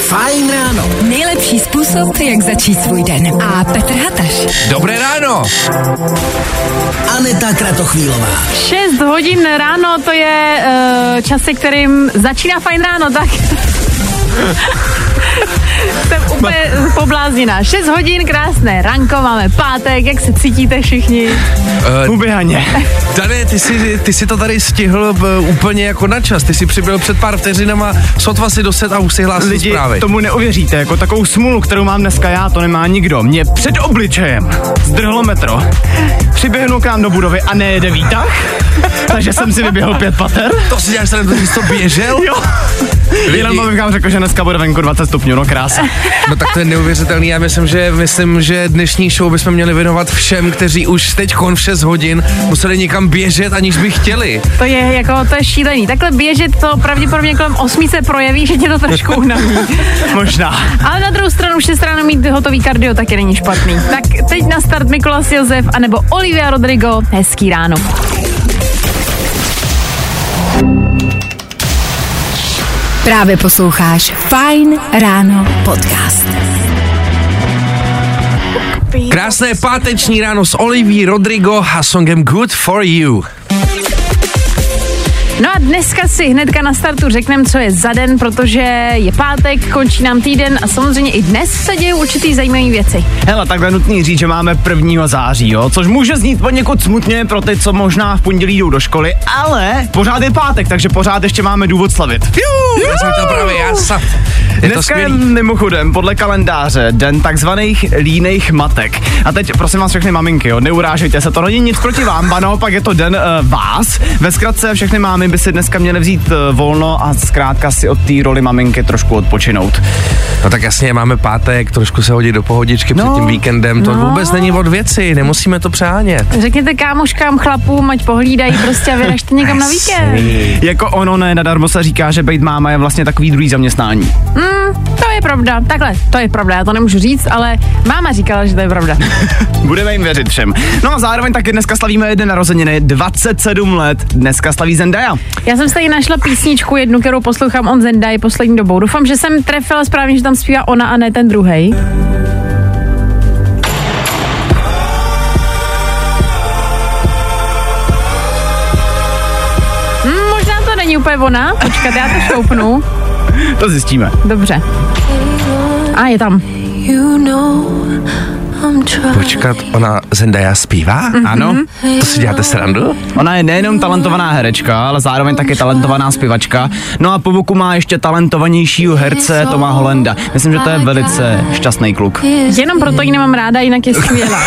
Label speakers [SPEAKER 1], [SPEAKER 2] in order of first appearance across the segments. [SPEAKER 1] Fajn ráno.
[SPEAKER 2] Nejlepší způsob, jak začít svůj den. A Petr Hataš.
[SPEAKER 3] Dobré ráno.
[SPEAKER 1] Aneta Kratochvílová.
[SPEAKER 4] 6 hodin ráno, to je uh, čas, se kterým začíná fajn ráno, tak... Jsem úplně poblázněná. 6 hodin, krásné ranko, máme pátek, jak se cítíte všichni?
[SPEAKER 5] Uběhaně.
[SPEAKER 3] Eh, Dane, ty jsi, ty jsi to tady stihl v, úplně jako na čas. Ty jsi přibyl před pár vteřinama, sotva si doset a už si hlásil
[SPEAKER 5] Lidi,
[SPEAKER 3] zprávy.
[SPEAKER 5] tomu neuvěříte, jako takovou smůlu, kterou mám dneska já, to nemá nikdo. Mě před obličejem zdrhlo metro, přiběhnul k nám do budovy a nejede výtah, takže jsem si vyběhl pět pater.
[SPEAKER 3] To si děláš srandu, ty jsi to běžel?
[SPEAKER 5] Jo. Jenom abych vám řekl, že dneska bude venku 20 stupňů, no krása.
[SPEAKER 3] No tak to je neuvěřitelný. Já myslím, že myslím, že dnešní show bychom měli věnovat všem, kteří už teď kon v 6 hodin museli někam běžet, aniž by chtěli.
[SPEAKER 4] To je jako, to je šílený. Takhle běžet to pravděpodobně kolem 8 se projeví, že tě to trošku unaví.
[SPEAKER 5] Možná.
[SPEAKER 4] Ale na druhou stranu 6 ráno mít hotový kardio taky není špatný. Tak teď na start Mikolas Josef anebo Olivia Rodrigo. Hezký ráno.
[SPEAKER 2] Právě posloucháš Fajn ráno podcast.
[SPEAKER 3] Krásné páteční ráno s Oliví Rodrigo a songem Good For You.
[SPEAKER 4] No a dneska si hnedka na startu řekneme, co je za den, protože je pátek, končí nám týden a samozřejmě i dnes se dějí určitý zajímavé věci.
[SPEAKER 5] Hele, takhle nutný říct, že máme 1. září, jo? což může znít poněkud smutně pro ty, co možná v pondělí jdou do školy, ale pořád je pátek, takže pořád ještě máme důvod slavit.
[SPEAKER 3] Já jsem to právě já snad. Je to
[SPEAKER 5] Dneska je
[SPEAKER 3] skvělý.
[SPEAKER 5] mimochodem podle kalendáře den takzvaných líných matek. A teď prosím vás všechny maminky, jo, neurážejte se, to není nic proti vám, ba naopak je to den uh, vás. Ve zkratce všechny mámy by si dneska měly vzít uh, volno a zkrátka si od té roli maminky trošku odpočinout.
[SPEAKER 3] No tak jasně, máme pátek, trošku se hodí do pohodičky no, před
[SPEAKER 5] No.
[SPEAKER 3] tím víkendem, to
[SPEAKER 4] No.
[SPEAKER 3] vůbec není od věci, nemusíme to přehánět.
[SPEAKER 4] Řekněte kámoškám, chlapům, ať pohlídají prostě a vyražte někam na víkend.
[SPEAKER 5] Jako ono ne, nadarmo se říká, že být máma je vlastně takový druhý zaměstnání.
[SPEAKER 4] To je pravda, takhle, to je pravda, já to nemůžu říct, ale máma říkala, že to je pravda.
[SPEAKER 5] Budeme jim věřit všem. No a zároveň taky dneska slavíme jeden narozeniny, 27 let, dneska slaví Zendaya.
[SPEAKER 4] Já jsem si tady našla písničku jednu, kterou poslouchám on Zendaj poslední dobou. Doufám, že jsem trefila správně, že tam zpívá ona a ne ten druhý. Hm, Možná to není úplně ona. Počkat, já to šoupnu.
[SPEAKER 5] To zjistíme.
[SPEAKER 4] Dobře. A je tam.
[SPEAKER 6] You know I'm trying.
[SPEAKER 3] Počkat, ona Zendaya zpívá? Mm-hmm.
[SPEAKER 5] Ano.
[SPEAKER 3] To si děláte srandu?
[SPEAKER 5] Ona je nejenom talentovaná herečka, ale zároveň taky talentovaná zpěvačka. No a po boku má ještě talentovanějšího herce Toma Holenda. Myslím, že to je velice šťastný kluk.
[SPEAKER 4] Jenom proto ji nemám ráda, jinak je skvělá.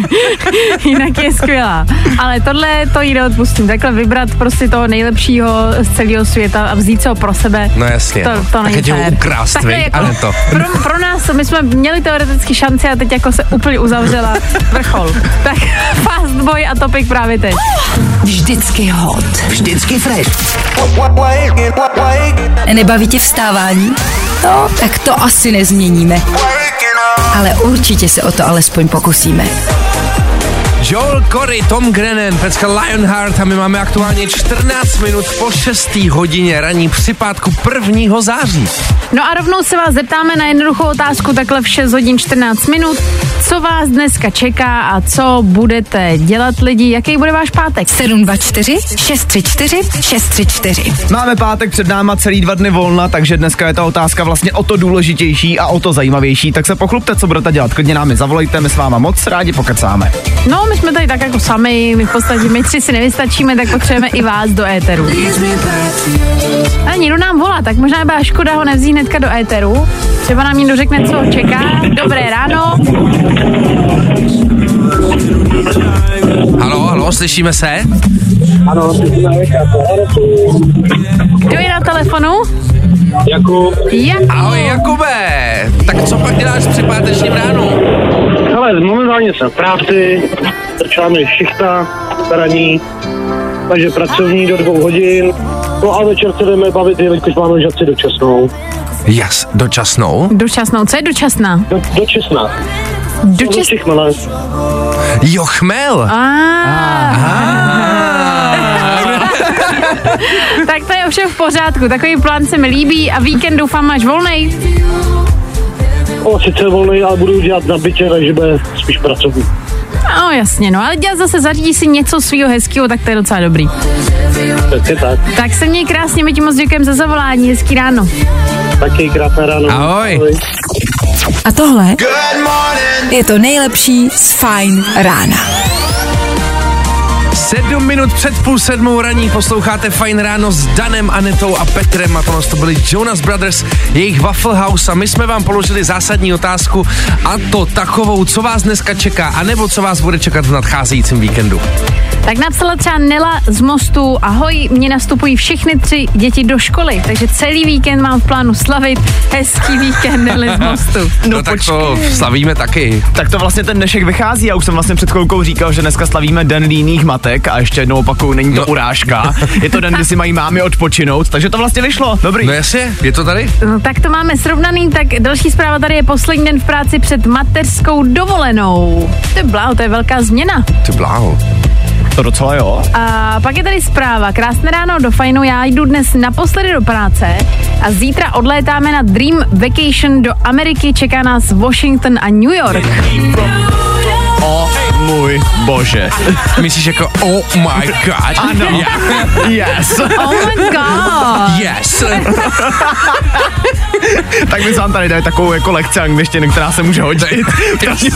[SPEAKER 4] jinak je skvělá. Ale tohle to jí neodpustím. Takhle vybrat prostě toho nejlepšího z celého světa a vzít se ho pro sebe.
[SPEAKER 3] No jasně,
[SPEAKER 4] To,
[SPEAKER 3] no.
[SPEAKER 4] to
[SPEAKER 3] Tak
[SPEAKER 4] není
[SPEAKER 3] ať ho
[SPEAKER 4] fér.
[SPEAKER 3] ukrást,
[SPEAKER 4] Takhle jako
[SPEAKER 3] viď, ale to.
[SPEAKER 4] Pro, pro, nás, my jsme měli teoreticky šanci a teď jako se úplně uzavřela vrchol. Tak fast boy a topik právě teď.
[SPEAKER 2] Vždycky hot.
[SPEAKER 1] Vždycky fresh.
[SPEAKER 2] Nebaví tě vstávání? No, tak to asi nezměníme. Ale určitě se o to alespoň pokusíme.
[SPEAKER 3] Joel Corey, Tom Grennan, pecka Lionheart a my máme aktuálně 14 minut po 6. hodině raní při pátku 1. září.
[SPEAKER 4] No a rovnou se vás zeptáme na jednoduchou otázku takhle v 6 hodin 14 minut. Co vás dneska čeká a co budete dělat lidi? Jaký bude váš pátek?
[SPEAKER 2] 724 634 634.
[SPEAKER 5] Máme pátek před náma celý dva dny volna, takže dneska je ta otázka vlastně o to důležitější a o to zajímavější. Tak se pochlupte, co budete dělat. Klidně nám je zavolejte, my s váma moc rádi pokecáme.
[SPEAKER 4] No, my jsme tady tak jako sami, my v podstatě my tři si nevystačíme, tak potřebujeme i vás do éteru. A někdo nám volá, tak možná byla škoda ho nevzít hnedka do éteru. Třeba nám někdo řekne, co ho čeká. Dobré ráno.
[SPEAKER 3] Halo, halo, slyšíme se?
[SPEAKER 7] Ano,
[SPEAKER 4] Kdo je na telefonu?
[SPEAKER 7] jako,
[SPEAKER 4] Jak?
[SPEAKER 3] Ahoj Jakube, tak co pak děláš při pátečním ránu?
[SPEAKER 7] hele, momentálně jsem v práci, začala mi šichta, raní, takže pracovní do dvou hodin, no a večer se jdeme bavit, jelikož máme žaci dočasnou.
[SPEAKER 3] Jas, dočasnou?
[SPEAKER 4] Dočasnou, co je dočasná?
[SPEAKER 7] Do, dočasná.
[SPEAKER 4] Dočas...
[SPEAKER 7] Dočasná. chmele.
[SPEAKER 3] Jo, chmel.
[SPEAKER 4] A, tak to je ovšem v pořádku. Takový plán se mi líbí a víkend doufám máš volnej.
[SPEAKER 7] O, sice volný, ale budu dělat na bytě, takže bude spíš pracovní.
[SPEAKER 4] No jasně, no ale dělat zase zařídí si něco svého hezkého, tak to je docela dobrý.
[SPEAKER 7] Tak je tak.
[SPEAKER 4] Tak se měj krásně, my ti moc děkujeme za zavolání, hezký ráno.
[SPEAKER 7] Taky krásné ráno.
[SPEAKER 3] Ahoj.
[SPEAKER 2] A tohle je to nejlepší z fajn rána.
[SPEAKER 3] Sedm minut před půl sedmou raní posloucháte Fajn ráno s Danem, Anetou a Petrem a tohle to byli Jonas Brothers, jejich Waffle House a my jsme vám položili zásadní otázku a to takovou, co vás dneska čeká anebo co vás bude čekat v nadcházejícím víkendu.
[SPEAKER 4] Tak napsala třeba Nela z Mostu, ahoj, mě nastupují všechny tři děti do školy, takže celý víkend mám v plánu slavit hezký víkend Nely z Mostu.
[SPEAKER 3] No, no tak to slavíme taky.
[SPEAKER 5] Tak to vlastně ten dnešek vychází. Já už jsem vlastně před chvilkou říkal, že dneska slavíme den líných matek a ještě jednou opakuju, není to
[SPEAKER 3] No.
[SPEAKER 5] urážka. Je to den, kdy si mají mámy odpočinout, takže to vlastně vyšlo. Dobrý.
[SPEAKER 3] No jasně, je to tady?
[SPEAKER 4] No, tak to máme srovnaný, tak další zpráva tady je poslední den v práci před mateřskou dovolenou. To je bláho, to je velká změna.
[SPEAKER 3] Ty bláho.
[SPEAKER 5] To docela jo.
[SPEAKER 4] A pak je tady zpráva. Krásné ráno do fajnu, já jdu dnes naposledy do práce a zítra odlétáme na Dream Vacation do Ameriky, čeká nás Washington a New York.
[SPEAKER 5] O můj bože.
[SPEAKER 3] Myslíš jako oh my god.
[SPEAKER 5] Ano. Yes.
[SPEAKER 4] Oh my god!
[SPEAKER 3] Yes.
[SPEAKER 5] tak my vám tady dají takovou jako lekci angličtiny, která se může hodit.
[SPEAKER 3] Jasně.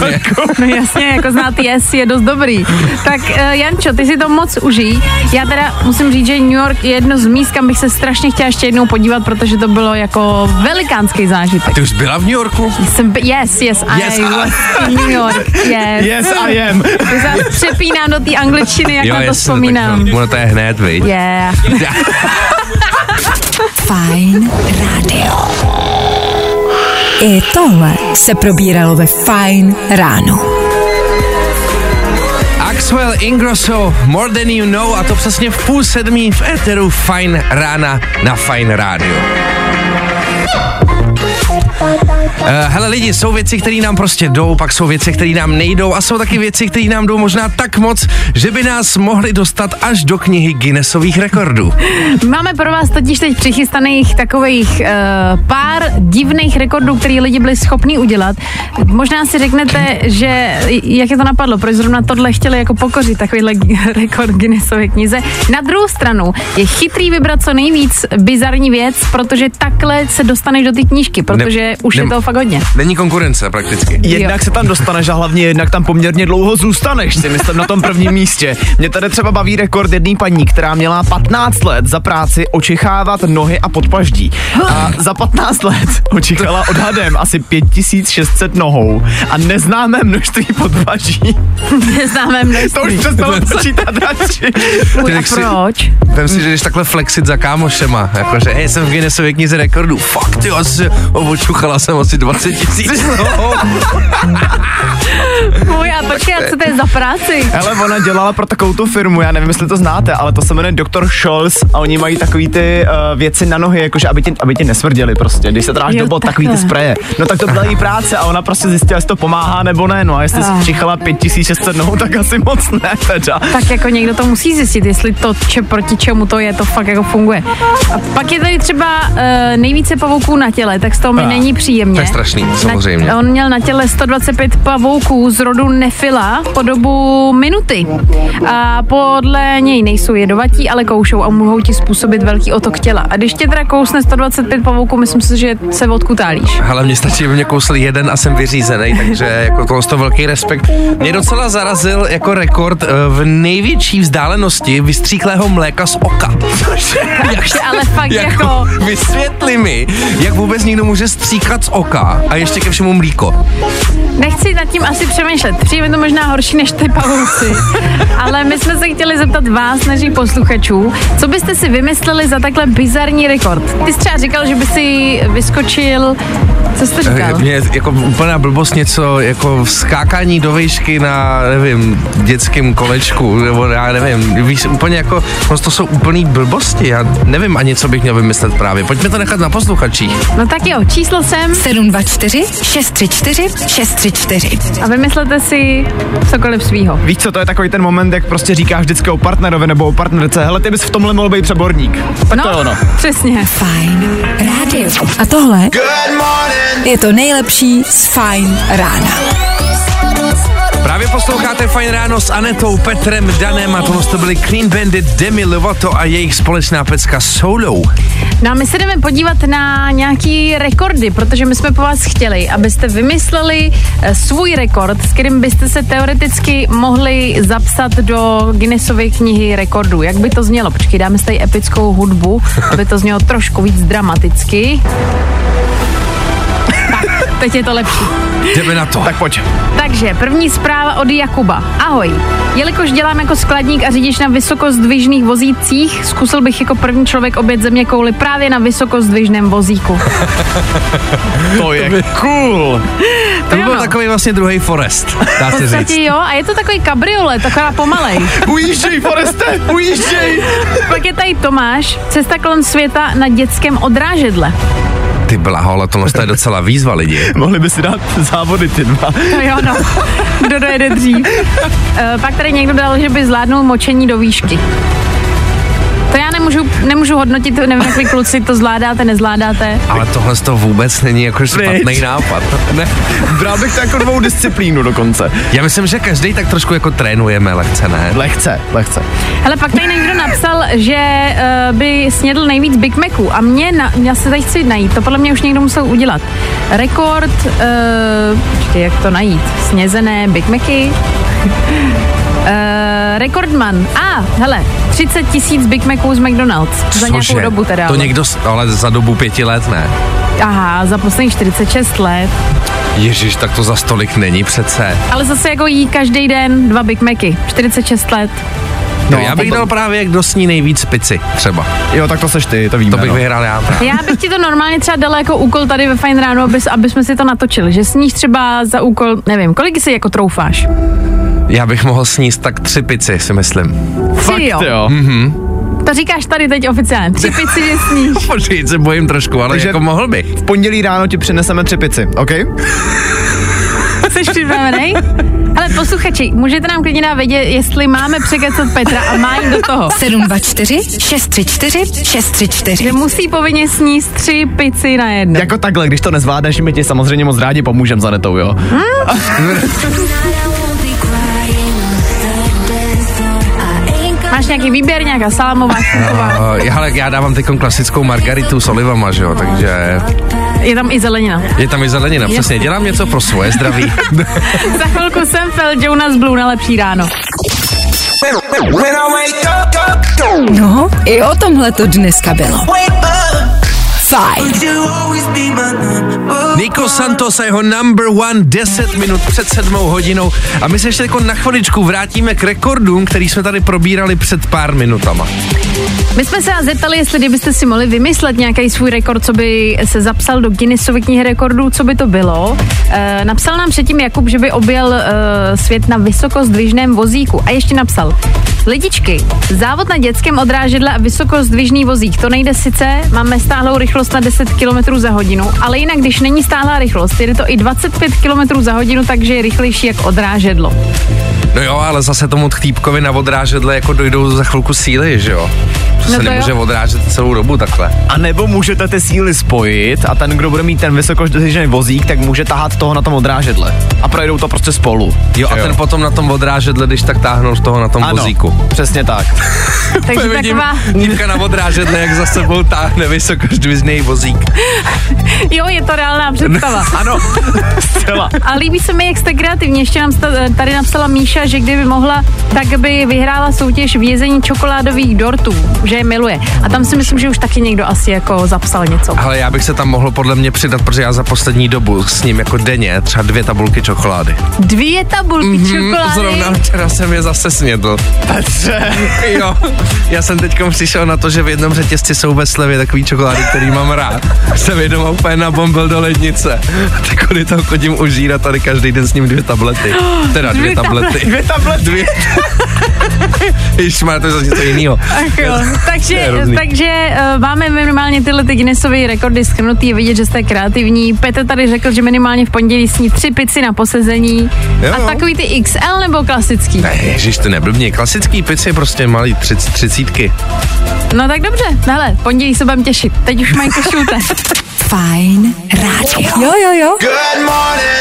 [SPEAKER 4] No jasně, jako znát yes je dost dobrý. Tak eh, Jančo, ty si to moc užij. Já teda musím říct, že New York je jedno z míst, kam bych se strašně chtěla ještě jednou podívat, protože to bylo jako velikánský zážitek.
[SPEAKER 3] Ty už byla v New Yorku?
[SPEAKER 4] Jsem, b- yes, yes, I
[SPEAKER 3] Yes, I-
[SPEAKER 4] was in New York, yes.
[SPEAKER 5] Yes, I am.
[SPEAKER 4] Ty se přepínám do té angličtiny, jak na Jako to
[SPEAKER 3] jasně,
[SPEAKER 4] vzpomínám.
[SPEAKER 3] tak to- Ono to je hned, viď?
[SPEAKER 4] Yeah.
[SPEAKER 2] Fajn rádio. I tohle se probíralo ve Fajn ráno.
[SPEAKER 3] Axwell Ingrosso, More Than You Know a to přesně v půl sedmí v éteru Fine Rána na Fine Radio. Eh, Hele lidi, jsou věci, které nám prostě jdou, pak jsou věci, které nám nejdou a jsou taky věci, které nám jdou možná tak moc, že by nás mohly dostat až do knihy Guinnessových rekordů.
[SPEAKER 4] Máme pro vás totiž teď přichystaných takových uh, pár divných rekordů, který lidi byli schopni udělat. Možná si řeknete, že jak je to napadlo, proč zrovna tohle chtěli jako pokořit, takovýhle g- rekord Guinnessovy knize. Na druhou stranu je chytrý vybrat co nejvíc bizarní věc, protože takhle se dostaneš do ty knížky, protože ne, už ne, je
[SPEAKER 3] nem-
[SPEAKER 4] toho fakt hodně.
[SPEAKER 3] Není konkurence prakticky.
[SPEAKER 5] Jednak se tam dostaneš a hlavně jednak tam poměrně dlouho zůstaneš, si myslím, na tom prvním místě. Mě tady třeba baví rekord jedné paní, která měla 15 let za práci očichávat nohy a podpaždí. A za 15 let očichala odhadem asi 5600 nohou a neznámé množství podpaždí.
[SPEAKER 4] Neznáme
[SPEAKER 5] To už
[SPEAKER 4] množství.
[SPEAKER 5] přestalo počítat radši.
[SPEAKER 4] Uj,
[SPEAKER 3] Ty
[SPEAKER 4] a
[SPEAKER 3] jak si-
[SPEAKER 4] proč?
[SPEAKER 3] Vem si, že jdeš takhle flexit za kámošema, jakože hej, jsem v Guinnessově knize rekordů. Fakt, ty asi obočuchala jsem asi 20 tisíc. No.
[SPEAKER 4] Uj, a počkej, a co to je za práci?
[SPEAKER 5] Hele, ona dělala pro takovou tu firmu, já nevím, jestli to znáte, ale to se jmenuje Dr. Scholz a oni mají takový ty uh, věci na nohy, jakože aby tě, aby tě nesmrděli prostě, když se tráš
[SPEAKER 4] Jo,
[SPEAKER 5] do bod, takový ty
[SPEAKER 4] takhle.
[SPEAKER 5] spreje. No tak to byla její práce a ona prostě zjistila, jestli to pomáhá nebo ne, no a jestli si
[SPEAKER 4] Ah.
[SPEAKER 5] přichala 5600 nohou, tak asi moc ne teda.
[SPEAKER 4] tak jako někdo to musí zjistit, jestli to, če, proti čemu to je, to fakt jako funguje. A pak je tady třeba uh, nejvíce pavouků na těle, tak z toho mi
[SPEAKER 5] Ah,
[SPEAKER 4] není příjemně.
[SPEAKER 3] to je strašný, samozřejmě.
[SPEAKER 4] Na, on měl na těle 125 pavouků z rodu Nefila po dobu minuty. A podle něj nejsou jedovatí, ale koušou a mohou ti způsobit velký otok těla. A když tě teda kousne 125 pavouků, myslím si, že se odkutálíš.
[SPEAKER 3] Ale mně stačí, aby mě kousli jeden a jsem vyřízený, takže jako tohle to velký respekt. Mě docela zarazil jako rekord eh, v největší vzdálenosti vystříklého mléka z oka. Cože? Jak,
[SPEAKER 4] Že Ale fakt
[SPEAKER 3] jako,
[SPEAKER 4] jako
[SPEAKER 3] vysvětli mi, jak vůbec někdo může stříkat z oka a ještě ke všemu mlíko.
[SPEAKER 4] Nechci nad tím asi přemýšlet. Přijde mi to možná horší než ty pavouci. Ale my jsme se chtěli zeptat vás, našich posluchačů, co byste si vymysleli za takhle bizarní rekord? Ty jsi třeba říkal, že by si vyskočil Co jste říkal?
[SPEAKER 3] Mě jako úplná blbost něco, jako skákání do výšky na, nevím, dětském kolečku, nebo já nevím, víš, úplně jako, prostě to jsou úplný blbosti, já nevím ani, co bych měl vymyslet právě. Pojďme to nechat na posluchačích.
[SPEAKER 4] No tak jo, číslo jsem
[SPEAKER 2] 724 634 634.
[SPEAKER 4] a vymyslete si cokoliv svýho.
[SPEAKER 5] Víš co, to je takový ten moment, jak prostě říkáš vždycky o partnerovi nebo o partnerce, hele, ty bys v tomhle mohl být přeborník. Tak
[SPEAKER 4] No.
[SPEAKER 5] to je ono.
[SPEAKER 4] Přesně.
[SPEAKER 2] Fajn rádio. A tohle je to nejlepší z Fajn rána.
[SPEAKER 3] Právě posloucháte Fajn ráno s Anetou, Petrem, Danem a tohle to byli Clean Bandit, Demi Lovato a jejich společná pecka Solo.
[SPEAKER 4] No a my se jdeme podívat na nějaký rekordy, protože my jsme po vás chtěli, abyste vymysleli eh, svůj rekord, s kterým byste se teoreticky mohli zapsat do Guinnessovy knihy rekordů. Jak by to znělo? Počkej, dáme si tady epickou hudbu, aby to znělo trošku víc dramaticky. Tak, teď je to lepší.
[SPEAKER 3] Jdeme na to.
[SPEAKER 5] Tak pojď.
[SPEAKER 4] Takže první zpráva od Jakuba. Ahoj. Jelikož dělám jako skladník a řidič na vysokozdvižných vozících, zkusil bych jako první člověk obět země kouli právě na vysokozdvižném vozíku.
[SPEAKER 5] To je cool.
[SPEAKER 3] to by byl
[SPEAKER 4] ano.
[SPEAKER 3] takový vlastně druhý Forest, dá
[SPEAKER 4] V
[SPEAKER 3] se říct.
[SPEAKER 4] podstatě jo, a je to takový kabriolet, taková pomalej.
[SPEAKER 5] Ujížděj, Foreste, ujížděj.
[SPEAKER 4] Pak je tady Tomáš, cesta kolem světa na dětském odrážedle.
[SPEAKER 3] Ty blaho, ale tohle to je docela výzva lidi.
[SPEAKER 5] Mohli by si dát závody ty dva.
[SPEAKER 4] No jo, no. Kdo dojede dřív. E, pak tady někdo dal, že by zvládnul močení do výšky. To já nemůžu, nemůžu hodnotit, nevím, jak vy kluci to zvládáte, nezvládáte.
[SPEAKER 3] Ale tohle to vůbec není jako špatný
[SPEAKER 5] Pryč.
[SPEAKER 3] nápad. Ne.
[SPEAKER 5] Bral bych to jako dvou disciplínu dokonce.
[SPEAKER 3] Já myslím, že každý tak trošku jako trénujeme lehce, ne?
[SPEAKER 5] Lehce, lehce.
[SPEAKER 4] Hele, pak tady někdo napsal, že uh, by snědl nejvíc Big Maců a mě, na, já se tady chci najít, to podle mě už někdo musel udělat. Rekord, uh, počkej, jak to najít, snězené Big Macy. Uh, rekordman. A, ah, hele, 30 tisíc Big Maců z McDonald's. za nějakou
[SPEAKER 3] Cože,
[SPEAKER 4] dobu teda.
[SPEAKER 3] To
[SPEAKER 4] ale-
[SPEAKER 3] někdo, s- ale za dobu pěti let ne.
[SPEAKER 4] Aha, za posledních 46 let.
[SPEAKER 3] Ježíš, tak to za stolik není přece.
[SPEAKER 4] Ale zase jako jí každý den dva Big Macy. 46 let.
[SPEAKER 3] No, já bych dal právě, kdo sní nejvíc pici, třeba.
[SPEAKER 5] Jo, tak to seš ty, to víme.
[SPEAKER 3] To bych
[SPEAKER 5] no.
[SPEAKER 3] vyhrál já. právě.
[SPEAKER 4] Já bych ti to normálně třeba dala jako úkol tady ve Fine Ráno, aby, aby jsme si to natočili. Že sníš třeba za úkol, nevím, kolik si jako troufáš?
[SPEAKER 3] Já bych mohl sníst tak tři pici, si myslím.
[SPEAKER 4] Fakt, jo.
[SPEAKER 5] Ty jo.
[SPEAKER 3] Hm.
[SPEAKER 4] To říkáš tady teď oficiálně. Tři pici, že sníš.
[SPEAKER 3] Počkej, se bojím trošku, ale Takže...
[SPEAKER 5] Takže-
[SPEAKER 3] jako mohl bych.
[SPEAKER 5] V pondělí ráno ti přineseme tři pici, OK?
[SPEAKER 4] Jsi připravený? Ale posluchači, můžete nám klidně dát vědět, jestli máme překecat Petra a má jít do toho.
[SPEAKER 2] 724 634 634.
[SPEAKER 4] Že musí povinně sníst tři pici na jedno.
[SPEAKER 5] Jako takhle, když to nezvládneš, my ti samozřejmě moc rádi pomůžeme za netou, jo?
[SPEAKER 3] Hm?
[SPEAKER 4] Máš nějaký výběr, nějaká salamová, šunková.
[SPEAKER 3] Uh, já, ale já dávám teď klasickou margaritu s olivama, že jo, takže
[SPEAKER 4] Je tam i zelenina.
[SPEAKER 3] je tam i zelenina, přesně, dělám něco pro svoje zdraví.
[SPEAKER 4] Za chvilku jsem Fel Jonas Blue na lepší ráno.
[SPEAKER 2] No, i o tomhle to dneska bylo. Fajn.
[SPEAKER 3] Nico Santos a jeho number one 10 minut před sedmou hodinou a my se ještě jako na chviličku vrátíme k rekordům, který jsme tady probírali před pár minutama.
[SPEAKER 4] My jsme se vás zeptali, jestli kdybyste si mohli vymyslet nějaký svůj rekord, co by se zapsal do Guinnessovy knihy rekordů, co by to bylo. E, napsal nám předtím Jakub, že by objel e, svět na vysokozdvižném vozíku. A ještě napsal, lidičky, závod na dětském odrážedle a vysokozdvižný vozík, to nejde sice, máme stáhlou rychlost na 10 km za hodinu, ale jinak, když není stáhlá rychlost, jde to i 25 km za hodinu, takže je rychlejší jak odrážedlo.
[SPEAKER 3] No jo, ale zase tomu týpkovi na odrážedle jako dojdou za chvilku síly, že jo? To
[SPEAKER 4] No
[SPEAKER 3] se
[SPEAKER 4] to
[SPEAKER 3] nemůže
[SPEAKER 4] jo.
[SPEAKER 3] odrážet celou dobu takhle.
[SPEAKER 5] A nebo můžete ty síly spojit a ten, kdo bude mít ten vysokoždežený vozík, tak může tahat toho na tom odrážedle. A projedou to prostě spolu.
[SPEAKER 3] Jo, a ten potom na tom odrážedle, když tak táhnul z toho na tom
[SPEAKER 5] ano,
[SPEAKER 3] vozíku.
[SPEAKER 5] přesně tak.
[SPEAKER 4] Takže taková,
[SPEAKER 3] Dívka na odrážedle, jak za sebou táhne vysokoždviznej vozík.
[SPEAKER 4] jo, je to reálná představa.
[SPEAKER 5] Ano, zcela.
[SPEAKER 4] A líbí se mi, jak jste kreativní. Ještě nám sta- tady napsala Míša, že kdyby mohla, tak by vyhrála soutěž v jezení čokoládových dortů, že je miluje. A tam si myslím, že už taky někdo asi jako zapsal něco.
[SPEAKER 3] Ale já bych se tam mohl podle mě přidat, protože já za poslední dobu s ním jako denně třeba dvě tabulky čokolády.
[SPEAKER 4] Dvě tabulky
[SPEAKER 3] Mhm,
[SPEAKER 4] čokolády.
[SPEAKER 3] Zrovna včera jsem je zase snědl.
[SPEAKER 5] Petře.
[SPEAKER 3] Jo, já jsem teď přišel na to, že v jednom řetězci jsou ve slevě takový čokolády, který mám rád. Jsem jednou úplně na byl do lednice. Tak kvůli toho chodím užírat tady každý den s ním dvě tablety. Teda dvě,
[SPEAKER 4] Dvě
[SPEAKER 3] tablety.
[SPEAKER 5] Dvě tablety.
[SPEAKER 3] Dvě. Ježiš, má to je zase něco jiného.
[SPEAKER 4] Ach jo.
[SPEAKER 3] je
[SPEAKER 4] Jako, Takže,
[SPEAKER 3] hrozný.
[SPEAKER 4] takže eh, máme minimálně tyhle ty Guinnessovy rekordy schrnutý, je vidět, že jste kreativní. Petr tady řekl, že minimálně v pondělí sní tři pici na posezení.
[SPEAKER 3] Jo,
[SPEAKER 4] a
[SPEAKER 3] jo.
[SPEAKER 4] takový ty XL nebo klasický?
[SPEAKER 3] Ne, ježiš, to neblbně. Klasický pici je prostě malý třic, třicítky.
[SPEAKER 4] No tak dobře, hele, pondělí se budem těšit. Teď už mají košulte.
[SPEAKER 2] Fajn rádio. Jo, jo, jo.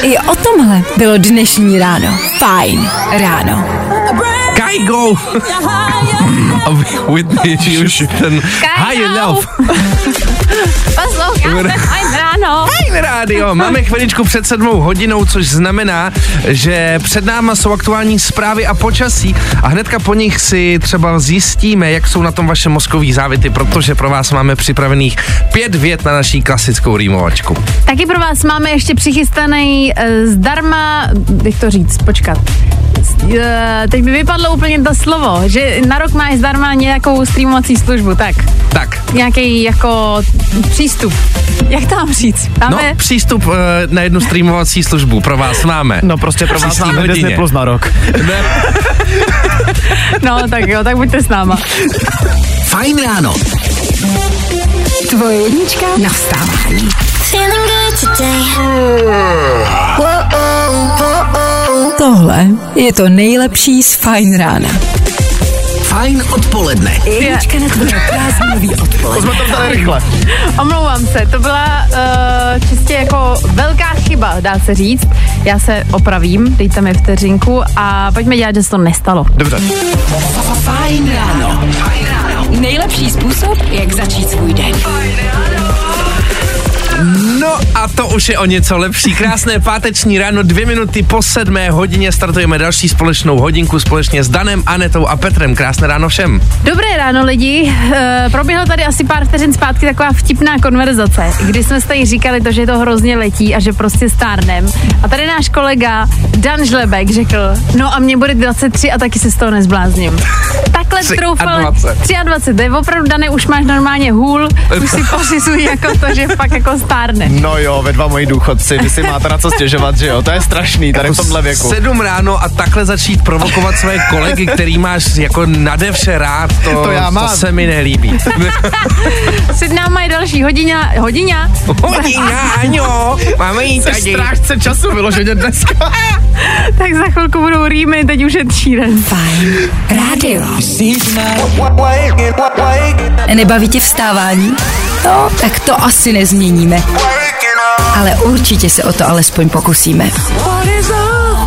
[SPEAKER 2] I o tomhle bylo dnešní ráno. Fajn ráno.
[SPEAKER 3] Kaigo! A Whitney Houston. Hi, you love.
[SPEAKER 4] Posloucháte fajn ráno.
[SPEAKER 3] Fajn rádio. Máme chviličku před sedmou hodinou, což znamená, že před náma jsou aktuální zprávy a počasí a hnedka po nich si třeba zjistíme, jak jsou na tom vaše mozkový závity, protože pro vás máme připravených pět vět na naší klasickou rýmovačku.
[SPEAKER 4] Taky pro vás máme ještě přichystaný eh, zdarma, jak to říct, počkat. Eh, Teď mi vypadlo úplně to slovo, že na rok máš zdarma nějakou streamovací službu, tak.
[SPEAKER 3] Tak,
[SPEAKER 4] Nějaký jako přístup. Jak to mám říct?
[SPEAKER 3] no,
[SPEAKER 4] Máme...
[SPEAKER 3] přístup eh, na jednu streamovací službu pro vás máme.
[SPEAKER 5] No prostě pro vás
[SPEAKER 3] Příští
[SPEAKER 5] máme
[SPEAKER 3] hodině.
[SPEAKER 5] Disney Plus na rok.
[SPEAKER 3] Ne,
[SPEAKER 4] No, no tak jo, tak buďte s náma.
[SPEAKER 1] Fajn ráno.
[SPEAKER 2] Tvoje jednička na vstávání.
[SPEAKER 6] Feeling good today.
[SPEAKER 2] Tohle je to nejlepší z Fajn rána.
[SPEAKER 1] Fajn odpoledne.
[SPEAKER 2] Jednička na tvoje prázdninový odpoledne.
[SPEAKER 5] Jsme to vzali rychle.
[SPEAKER 4] Omlouvám se, to byla uh, čistě jako velká chyba, dá se říct. Já se opravím, dejte mi vteřinku a pojďme dělat, že se to nestalo.
[SPEAKER 5] Dobře.
[SPEAKER 2] Fajn ráno. Fajn ráno. Nejlepší způsob, jak začít svůj den.
[SPEAKER 3] No a to už je o něco lepší. Krásné páteční ráno, dvě minuty po sedmé hodině startujeme další společnou hodinku společně s Danem, Anetou a Petrem. Krásné ráno všem.
[SPEAKER 4] Dobré ráno lidi, e, proběhla tady asi pár vteřin zpátky taková vtipná konverzace, kdy jsme si tady říkali to, že to hrozně letí a že prostě stárnem. A tady náš kolega Dan Žlebek řekl, no a mě bude 23 a taky se z toho nezblázním. Takhle
[SPEAKER 3] Tři a
[SPEAKER 4] troufal.
[SPEAKER 3] dvacet.
[SPEAKER 4] 23. To je opravdu, Dane, už máš normálně hůl, už si pořizují jako to, že fakt jako stárne.
[SPEAKER 5] No jo, ve dva moji důchodci, vy si máte na co stěžovat, že jo? To je strašný tady v tomhle věku.
[SPEAKER 3] Sedm ráno a takhle začít provokovat své kolegy, který máš jako nade vše rád, to,
[SPEAKER 5] To já
[SPEAKER 3] to
[SPEAKER 5] mám.
[SPEAKER 3] se mi nelíbí.
[SPEAKER 4] Před náma je další hodina, hodina.
[SPEAKER 3] Hodina, Aňo, máme jí
[SPEAKER 5] Jsi
[SPEAKER 3] tady.
[SPEAKER 5] strážce času vyloženě dneska.
[SPEAKER 4] Tak za chvilku budou rýmy, teď už je týden.
[SPEAKER 2] Fajn rádio. Nebaví tě vstávání? No, tak to asi nezměníme. Ale určitě se o to alespoň pokusíme.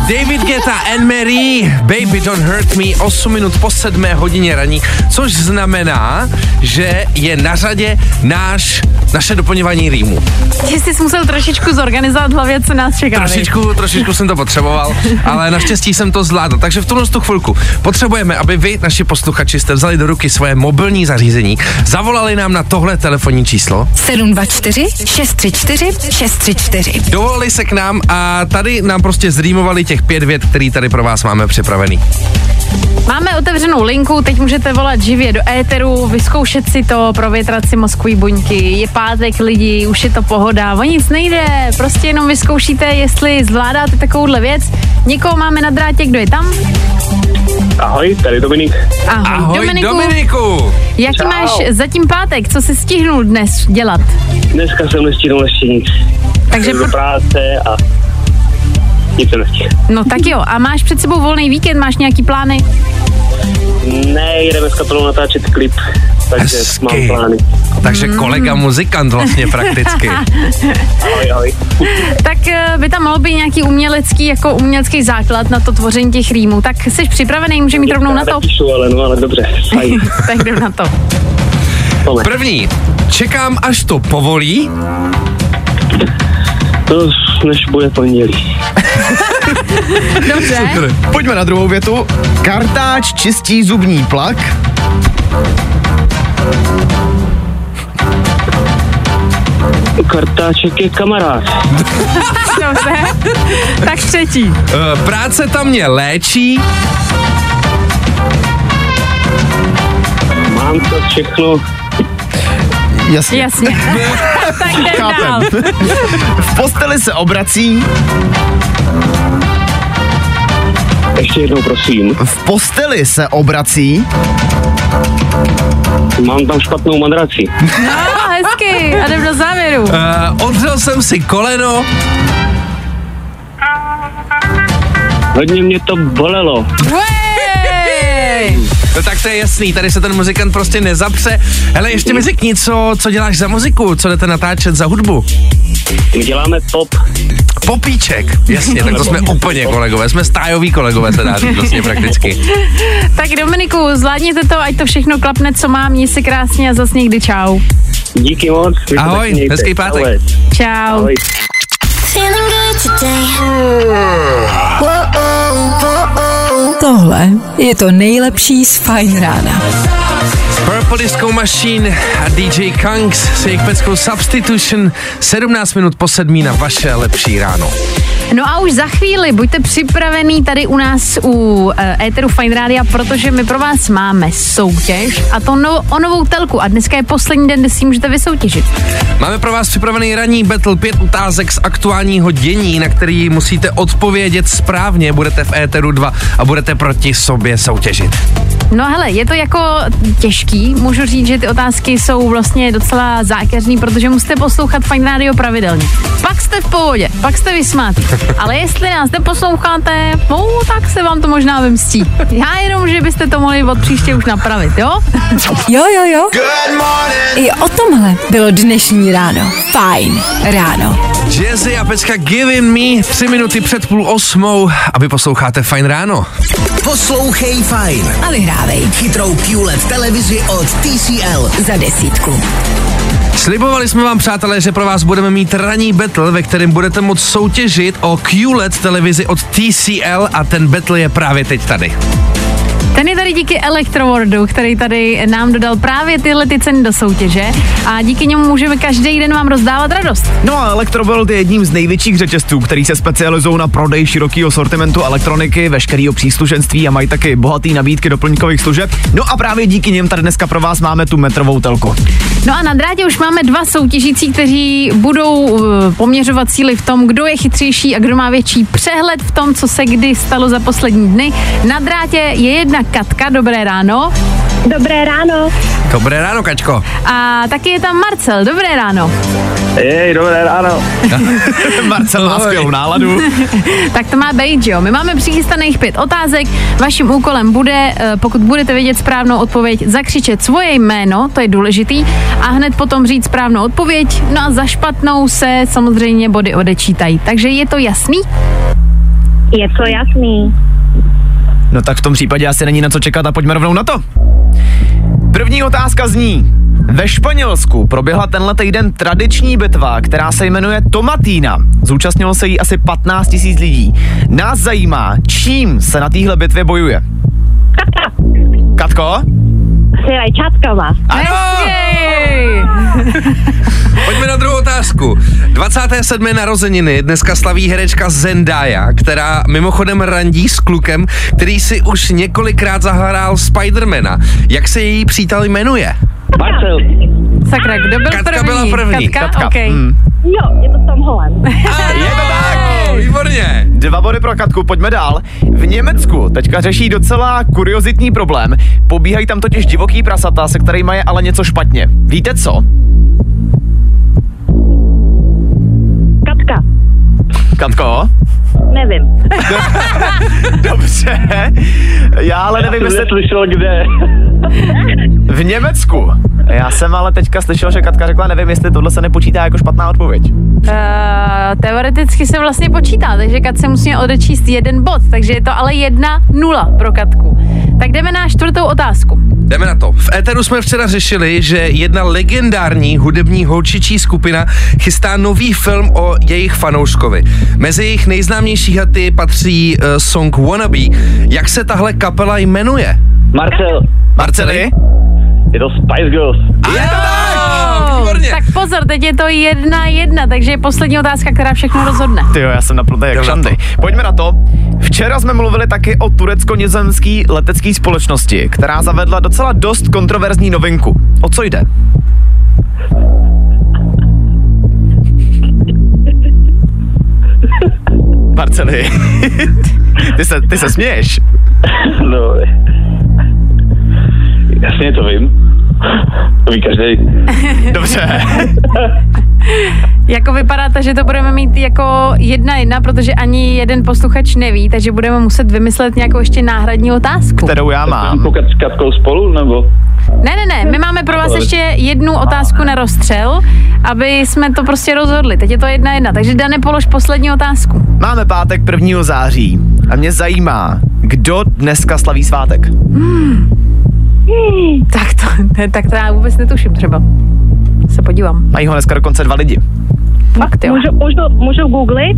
[SPEAKER 3] David Geta and Mary, Baby Don't Hurt Me, 8 minut po 7 hodině raní, což znamená, že je na řadě náš, naše doplňování rýmu.
[SPEAKER 4] Ty jsi musel trošičku zorganizovat v hlavě, co nás čeká. viď?
[SPEAKER 3] Trošičku, trošičku jsem to potřeboval, ale naštěstí jsem to zvládl. Takže v tuhle tu chvilku potřebujeme, aby vy, naši posluchači, jste vzali do ruky svoje mobilní zařízení, zavolali nám na tohle telefonní číslo,
[SPEAKER 2] 724 634 634.
[SPEAKER 3] dovolali se k nám a tady nám prostě zrýmovali těch pět vět, který tady pro vás máme připravený.
[SPEAKER 4] Máme otevřenou linku, teď můžete volat živě do éteru, vyzkoušet si to, provětrat si mozkový buňky. Je pátek lidi, už je to pohoda, o nic nejde, prostě jenom vyzkoušíte, jestli zvládáte takovouhle věc. Někoho máme na drátě, kdo je tam?
[SPEAKER 7] Ahoj, tady Dominik.
[SPEAKER 4] Ahoj,
[SPEAKER 3] Ahoj
[SPEAKER 4] Dominiku.
[SPEAKER 3] Dominiku.
[SPEAKER 4] Jaký
[SPEAKER 7] Čau.
[SPEAKER 4] máš zatím pátek, co jsi stihnul dnes dělat?
[SPEAKER 7] Dneska jsem nestihnul ještě nic.
[SPEAKER 4] Takže,
[SPEAKER 7] Jdu do
[SPEAKER 4] pr-
[SPEAKER 7] práce a nic jsem nestihl.
[SPEAKER 4] no tak jo, a máš před sebou volný víkend, máš nějaký plány?
[SPEAKER 7] Ne, jedeme s kapelou natáčet klip, takže
[SPEAKER 3] Hezky.
[SPEAKER 7] mám plány.
[SPEAKER 3] Takže kolega muzikant vlastně prakticky.
[SPEAKER 7] Ahoj, ahoj.
[SPEAKER 4] Tak eh, by tam mohl být nějaký umělecký, jako umělecký základ na to tvoření těch rýmů. Tak jsi připravený, můžeme jít rovnou na to?
[SPEAKER 7] Píšu, ale no, ale dobře, fajn.
[SPEAKER 4] tak jdem na to.
[SPEAKER 7] Tome.
[SPEAKER 3] První. Čekám, až to povolí.
[SPEAKER 7] To než bude pondělí.
[SPEAKER 4] Dobře.
[SPEAKER 5] Pojďme na druhou větu. Kartáč čistí zubní plak.
[SPEAKER 7] Kartáček je kamarád.
[SPEAKER 4] Dobře. Tak třetí.
[SPEAKER 3] Eh, Práce tam mě léčí.
[SPEAKER 7] Mám to všechno.
[SPEAKER 5] Jasně.
[SPEAKER 4] Jasně. tak jdem dál.
[SPEAKER 5] Chápem. v posteli se obrací,
[SPEAKER 7] Ještě jednou prosím.
[SPEAKER 5] v posteli se obrací,
[SPEAKER 7] Mám tam špatnou madraci.
[SPEAKER 4] No, hezky. A jdem do závěru.
[SPEAKER 3] Uh, odřel jsem si koleno,
[SPEAKER 7] Hodně mě to bolelo.
[SPEAKER 4] Uej!
[SPEAKER 3] no tak to je jasný, tady se ten muzikant prostě nezapře. Hele, ještě mi řekni, co, co děláš za muziku, co jdete natáčet za hudbu.
[SPEAKER 7] My děláme pop.
[SPEAKER 3] Popíček, jasně, tak to jsme úplně kolegové, jsme stájoví kolegové, se dá říct vlastně prakticky.
[SPEAKER 4] Tak Dominiku, zvládněte to, ať to všechno klapne, co má, měj se krásně a zas někdy čau.
[SPEAKER 7] Díky moc. vy se
[SPEAKER 3] Ahoj,
[SPEAKER 7] taky mějte.
[SPEAKER 3] hezký pátek.
[SPEAKER 7] Ahoj.
[SPEAKER 4] Čau.
[SPEAKER 7] Ahoj.
[SPEAKER 6] Feeling good today.
[SPEAKER 2] Tohle je to nejlepší z Fajn rána.
[SPEAKER 3] Purple Disco Machine a DJ Kangs s jejich peckou Substitution 17 minut po sedmí na vaše lepší ráno.
[SPEAKER 4] No a už za chvíli buďte připravený tady u nás u e, Eteru Fine Rádia, protože my pro vás máme soutěž a to no, o novou telku a dneska je poslední den, kdy si ji můžete vysoutěžit.
[SPEAKER 3] Máme pro vás připravený ranní battle, pět otázek z aktuálního dění, na který musíte odpovědět správně, budete v éteru 2 a budete proti sobě soutěžit.
[SPEAKER 4] No hele, je to jako těžký, můžu říct, že ty otázky jsou vlastně docela zákeřný, protože musíte poslouchat Fine Radio pravidelně. Pak jste v pohodě, pak jste vysmátí, ale jestli nás neposloucháte, no tak se vám to možná vymstí. Já jenom, že byste to mohli od příště už napravit, jo?
[SPEAKER 2] Jo, jo, jo. I o tomhle bylo dnešní ráno. Fajn ráno.
[SPEAKER 3] Jazzy a pecka Giving Me, tři minuty před půl osmou a vy posloucháte Fajn ráno.
[SPEAKER 1] Poslouchej Fajn.
[SPEAKER 2] A vyhrávej
[SPEAKER 1] Chytrou QLED televizi od TCL.
[SPEAKER 2] za desítku.
[SPEAKER 3] Slibovali jsme vám, přátelé, že pro vás budeme mít ranní battle, ve kterém budete moct soutěžit o QLED televizi od TCL a ten battle je právě teď tady.
[SPEAKER 4] Ten je tady díky Electrowordu, který tady nám dodal právě tyhle ty ceny do soutěže a díky němu můžeme každý den vám rozdávat radost.
[SPEAKER 5] No a Electroworld je jedním z největších řetězců, který se specializují na prodej širokého sortimentu elektroniky, veškerého příslušenství a mají taky bohatý nabídky doplňkových služeb. No a právě díky něm tady dneska pro vás máme tu metrovou telku.
[SPEAKER 4] No a na drátě už máme dva soutěžící, kteří budou uh, poměřovat síly v tom, kdo je chytřejší a kdo má větší přehled v tom, co se kdy stalo za poslední dny. Na drátě je jedna Katka, dobré ráno,
[SPEAKER 8] Dobré ráno.
[SPEAKER 3] Dobré ráno, Kačko.
[SPEAKER 4] a taky je tam Marcel, dobré ráno.
[SPEAKER 7] Jej, dobré ráno.
[SPEAKER 5] Marcel má
[SPEAKER 3] Ahoj.
[SPEAKER 5] skvělou náladu.
[SPEAKER 4] Tak to má být, jo. My máme přichystaných pět otázek. Vaším úkolem bude, eh, pokud budete vědět správnou odpověď, zakřičet svoje jméno, to je důležitý, a hned potom říct správnou odpověď. No a za špatnou se samozřejmě body odečítají. Takže je to jasný?
[SPEAKER 8] Je to jasný.
[SPEAKER 5] No tak v tom případě asi není na co čekat a pojďme rovnou na to. První otázka zní. Ve Španělsku proběhla tenhle týden tradiční bitva, která se jmenuje Tomatína. Zúčastnilo se jí asi 15 000 lidí. Nás zajímá, čím se na téhle bitvě bojuje. Katko?
[SPEAKER 8] Jsi rajčátka vás.
[SPEAKER 5] Ano!
[SPEAKER 4] Hezky!
[SPEAKER 3] Pojďme na druhou otázku. 27. narozeniny dneska slaví herečka Zendaya, která mimochodem randí s klukem, který si už několikrát zahrál Spidermana. Jak se její přítel jmenuje?
[SPEAKER 7] Marcel,
[SPEAKER 4] Sakra, kdo byl
[SPEAKER 3] Katka
[SPEAKER 4] první?
[SPEAKER 3] byla první.
[SPEAKER 4] Katka?
[SPEAKER 5] Katka.
[SPEAKER 4] Okay.
[SPEAKER 5] Mm.
[SPEAKER 8] Jo, je to Tom Holland.
[SPEAKER 3] Je to tak! Výborně!
[SPEAKER 5] Dva body pro Katku, pojďme dál. V Německu teďka řeší docela kuriozitní problém. Pobíhají tam totiž divoký prasata, se kterými je ale něco špatně. Víte co?
[SPEAKER 8] Katka.
[SPEAKER 5] Katko?
[SPEAKER 8] Nevím.
[SPEAKER 5] Dobře, já ale nevím,
[SPEAKER 7] jsem
[SPEAKER 5] jestli
[SPEAKER 7] neslyšel kde.
[SPEAKER 5] v Německu. Já jsem ale teďka slyšel, že Katka řekla, nevím, jestli tohle se nepočítá jako špatná odpověď.
[SPEAKER 4] Uh, teoreticky se vlastně počítá, takže Kat se musí odečíst jeden bod, takže je to ale jedna nula pro Katku. Tak jdeme na čtvrtou otázku.
[SPEAKER 3] Jdeme na to. V éteru jsme včera řešili, že jedna legendární hudební holčičí skupina chystá nový film o jejich fanouškovi. Mezi jejich nejznámější hity patří uh, song Wannabe. Jak se tahle kapela jmenuje?
[SPEAKER 7] Marcel,
[SPEAKER 3] Marceli?
[SPEAKER 7] je to Spice Girls.
[SPEAKER 3] Je to tak! Výborně!
[SPEAKER 4] Tak pozor, teď je to jedna jedna, takže je poslední otázka, která všechno rozhodne.
[SPEAKER 5] Ty jo, já jsem naprotej jak
[SPEAKER 3] Jdeme na to.
[SPEAKER 5] šanty. Pojďme na to. Včera jsme mluvili taky o turecko-nizozemské letecké společnosti, která zavedla docela dost kontroverzní novinku. O co jde? Marceli, ty se, ty se směješ.
[SPEAKER 9] No, jasně to vím. To ví každý.
[SPEAKER 5] Dobře.
[SPEAKER 4] Jako vypadá to, že to budeme mít jako jedna jedna, protože ani jeden posluchač neví, takže budeme muset vymyslet nějakou ještě náhradní otázku.
[SPEAKER 5] Kterou já
[SPEAKER 9] Mám
[SPEAKER 5] mám.
[SPEAKER 9] pokat s Katkou spolu, nebo?
[SPEAKER 4] Ne, ne, ne, my máme pro vás ještě jednu otázku na rozstřel, aby jsme to prostě rozhodli. Teď je to jedna jedna, takže Dane, polož poslední otázku.
[SPEAKER 5] Máme pátek 1. září a mě zajímá, kdo dneska slaví svátek.
[SPEAKER 4] Tak to, ne, tak to já vůbec netuším třeba. Se podívám.
[SPEAKER 5] Mají ho dneska dokonce dva lidi.
[SPEAKER 4] Fakt jo.
[SPEAKER 8] Můžu, můžu, můžu googlit?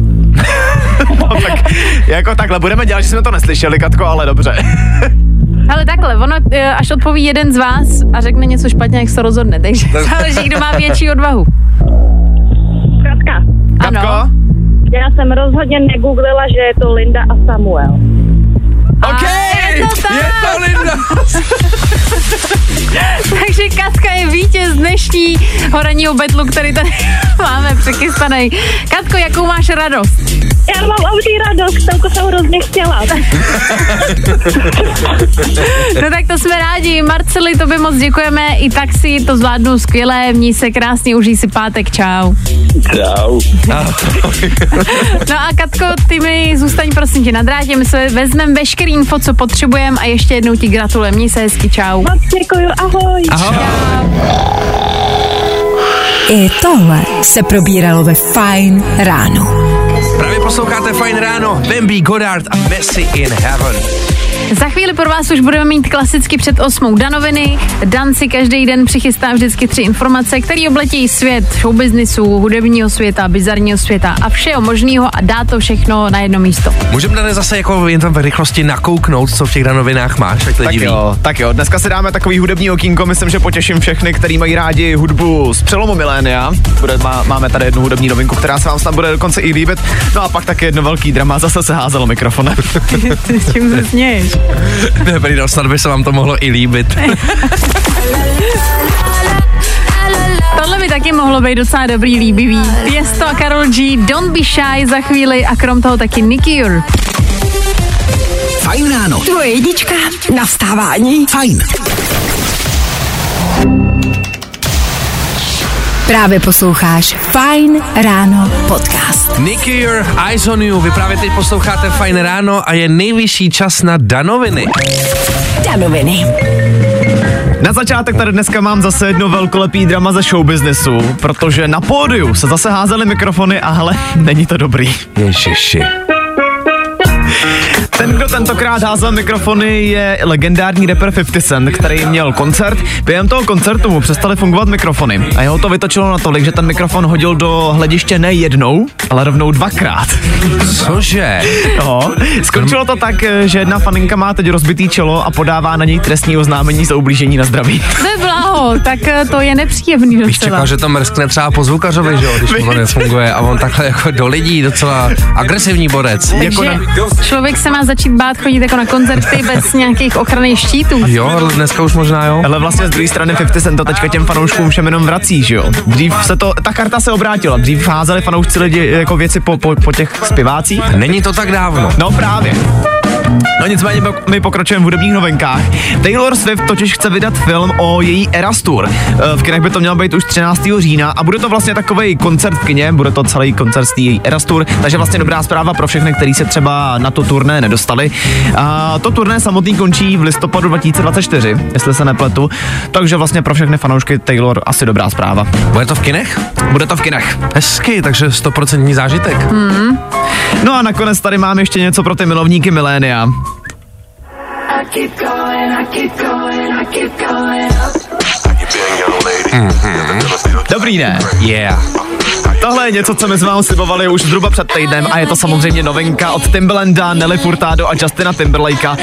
[SPEAKER 5] Jako takhle, budeme dělat, že jsme to neslyšeli, Katko, ale dobře.
[SPEAKER 4] Ale takhle, ono, eh, až odpoví jeden z vás a řekne něco špatně, jak se rozhodne, takže záleží, kdo má větší odvahu.
[SPEAKER 8] Katka.
[SPEAKER 5] Katko?
[SPEAKER 4] Ano.
[SPEAKER 8] Já jsem rozhodně negooglila, že je to Linda a Samuel.
[SPEAKER 5] OK!
[SPEAKER 4] A je to tak.
[SPEAKER 3] Je to Linda!
[SPEAKER 4] Takže Katka je vítěz dnešního ranního betlu, který tady máme přechystaný. Katko, jakou máš radost?
[SPEAKER 8] Já mám obří radost, to jsem hrozně chtěla.
[SPEAKER 4] No tak to jsme rádi. Marceli, to by moc děkujeme. I tak si to zvládnu skvěle. Měj se krásně, užij si pátek, čau.
[SPEAKER 9] Čau.
[SPEAKER 4] No a Katko, ty mi zůstaň prosím tě na drátě. My se vezmeme veškerý info, co potřebujeme a ještě jednou ti gratulujeme. Měj se hezky, čau.
[SPEAKER 8] Moc děkuju, ahoj.
[SPEAKER 2] I tohle se probíralo ve Fine ráno.
[SPEAKER 3] Právě posloucháte Fajn ráno, Bambi Godard a Messi in Heaven.
[SPEAKER 4] Za chvíli pro vás už budeme mít klasicky před osmou danoviny. Dan si každý den přichystá vždycky tři informace, které obletějí svět showbiznisu, hudebního světa, bizarního světa a všeho možného a dá to všechno na jedno místo.
[SPEAKER 3] Můžeme tady zase jako jen tam v rychlosti nakouknout, co v těch novinách máš, ať
[SPEAKER 5] Tak
[SPEAKER 3] lidi ví.
[SPEAKER 5] jo, tak jo, dneska si dáme takový hudební okýnko, myslím, že potěším všechny, který mají rádi hudbu z přelomu milénia. Bude, má, máme tady jednu hudební novinku, která se vám snad bude dokonce i líbit. No a pak taky jedno velký drama, zase se házelo mikrofonem.
[SPEAKER 4] S čím se směješ?
[SPEAKER 3] Dobrý den, snad by se vám to mohlo i líbit.
[SPEAKER 4] Tohle by taky mohlo být docela dobrý, líbivý. Pěsto a Karol G, Don't Be Shy za chvíli a krom toho taky Nicky Jur.
[SPEAKER 1] Fajn ráno.
[SPEAKER 2] Tvoje jednička na vstávání.
[SPEAKER 1] Fajn.
[SPEAKER 2] Právě posloucháš Fine ráno podcast.
[SPEAKER 3] Nicky Your Eyes on You, vy právě teď posloucháte Fajn ráno a je nejvyšší čas na danoviny.
[SPEAKER 2] Danoviny.
[SPEAKER 5] Na začátek tady dneska mám zase jedno velkolepý drama ze showbiznesu, protože na pódiu se zase házely mikrofony a hele, není to dobrý.
[SPEAKER 3] Ježiši.
[SPEAKER 5] Ten, kdo tentokrát házel mikrofony, je legendární rapper 50 Cent, který měl koncert. Během toho koncertu mu přestaly fungovat mikrofony a jeho to vytočilo natolik, že ten mikrofon hodil do hlediště ne jednou, ale rovnou dvakrát.
[SPEAKER 3] Cože?
[SPEAKER 5] No, skončilo to tak, že jedna faninka má teď rozbitý čelo a podává na něj trestní oznámení za ublížení na zdraví.
[SPEAKER 4] To je bláho, tak eh, to je nepříjemný docela.
[SPEAKER 3] Bych čekal, že to mrskne třeba po zvukařovi, že jo, když to nefunguje a on takhle jako do lidí docela agresivní borec.
[SPEAKER 5] Jako
[SPEAKER 4] že
[SPEAKER 5] na,
[SPEAKER 4] člověk se má začít bát chodit jako na koncerty bez nějakých ochranných štítů.
[SPEAKER 3] Jo, ale dneska už možná jo.
[SPEAKER 5] ale vlastně z druhé strany 50 Cent to teďka těm fanouškům všem jenom vrací, že jo. Dřív se to, ta karta se obrátila, dřív házeli fanoušci lidi jako věci po, po, po těch zpěvácích
[SPEAKER 3] Není to tak dávno.
[SPEAKER 5] No právě. No nicméně pok- my pokračujeme v hudebních novinkách. Taylor Swift totiž chce vydat film o její Eras Tour. Eh, V kinech by to mělo být už 13. října a bude to vlastně takový koncert v kině, bude to celý koncert z té její Eras Tour, takže vlastně dobrá zpráva pro všechny, kteří se třeba na to turné nedostali. A to turné samotný končí v listopadu 2024, jestli se nepletu, takže vlastně pro všechny fanoušky Taylor asi dobrá zpráva.
[SPEAKER 3] Bude to v kinech?
[SPEAKER 5] Bude to v kinech. Hmm.
[SPEAKER 3] Hezky, takže stoprocentní zážitek.
[SPEAKER 5] No a nakonec tady mám ještě něco pro ty milovníky milénia. Dobrý den.
[SPEAKER 3] Yeah.
[SPEAKER 5] Tohle je něco, co my jsme vám slibovali už zhruba před týdnem a je to samozřejmě novinka od Timbalanda, Nelly Furtado a Justina Timberlakea.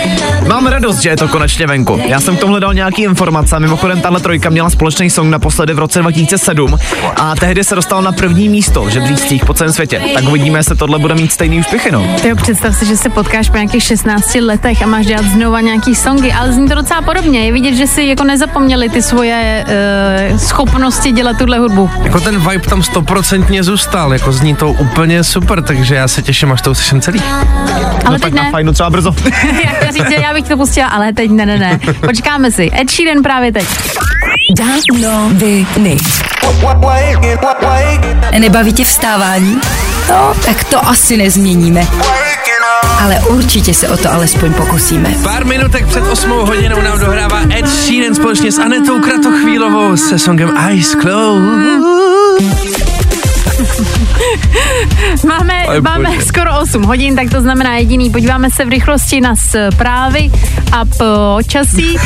[SPEAKER 5] Mám radost, že je to konečně venku. Já jsem k tomu hledal nějaký informace. Mimochodem, tahle trojka měla společný song naposledy v roce 2007 a tehdy se dostal na první místo v žebříčcích po celém světě. Tak uvidíme, jestli tohle bude mít stejný úspěchy. No.
[SPEAKER 4] Ty jo, představ si, že se potkáš po nějakých 16 letech a máš dělat znova nějaký songy, ale zní to docela podobně. Je vidět, že si jako nezapomněli ty svoje uh, schopnosti dělat tuhle hudbu.
[SPEAKER 3] Jako ten vibe tam stoprocentně zůstal, jako zní to úplně super, takže já se těším, až to uslyším celý.
[SPEAKER 4] Ale
[SPEAKER 5] no tak
[SPEAKER 4] teď
[SPEAKER 5] na
[SPEAKER 4] ne.
[SPEAKER 5] fajnu třeba brzo.
[SPEAKER 4] Já říct, že já bych to pustila, ale teď ne, ne, ne. Počkáme si. Ed Sheeran právě teď.
[SPEAKER 2] Noviny. Nebaví tě vstávání? No, tak to asi nezměníme. Ale určitě se o to alespoň pokusíme.
[SPEAKER 3] Pár minutek před 8 hodinou nám dohrává Ed Sheeran společně s Anetou Kratochvílovou se songem Eyes Closed.
[SPEAKER 4] Máme,
[SPEAKER 3] Ale
[SPEAKER 4] máme
[SPEAKER 3] bože.
[SPEAKER 4] skoro 8 hodin, tak to znamená jediný. Podíváme se v rychlosti na zprávy a počasí.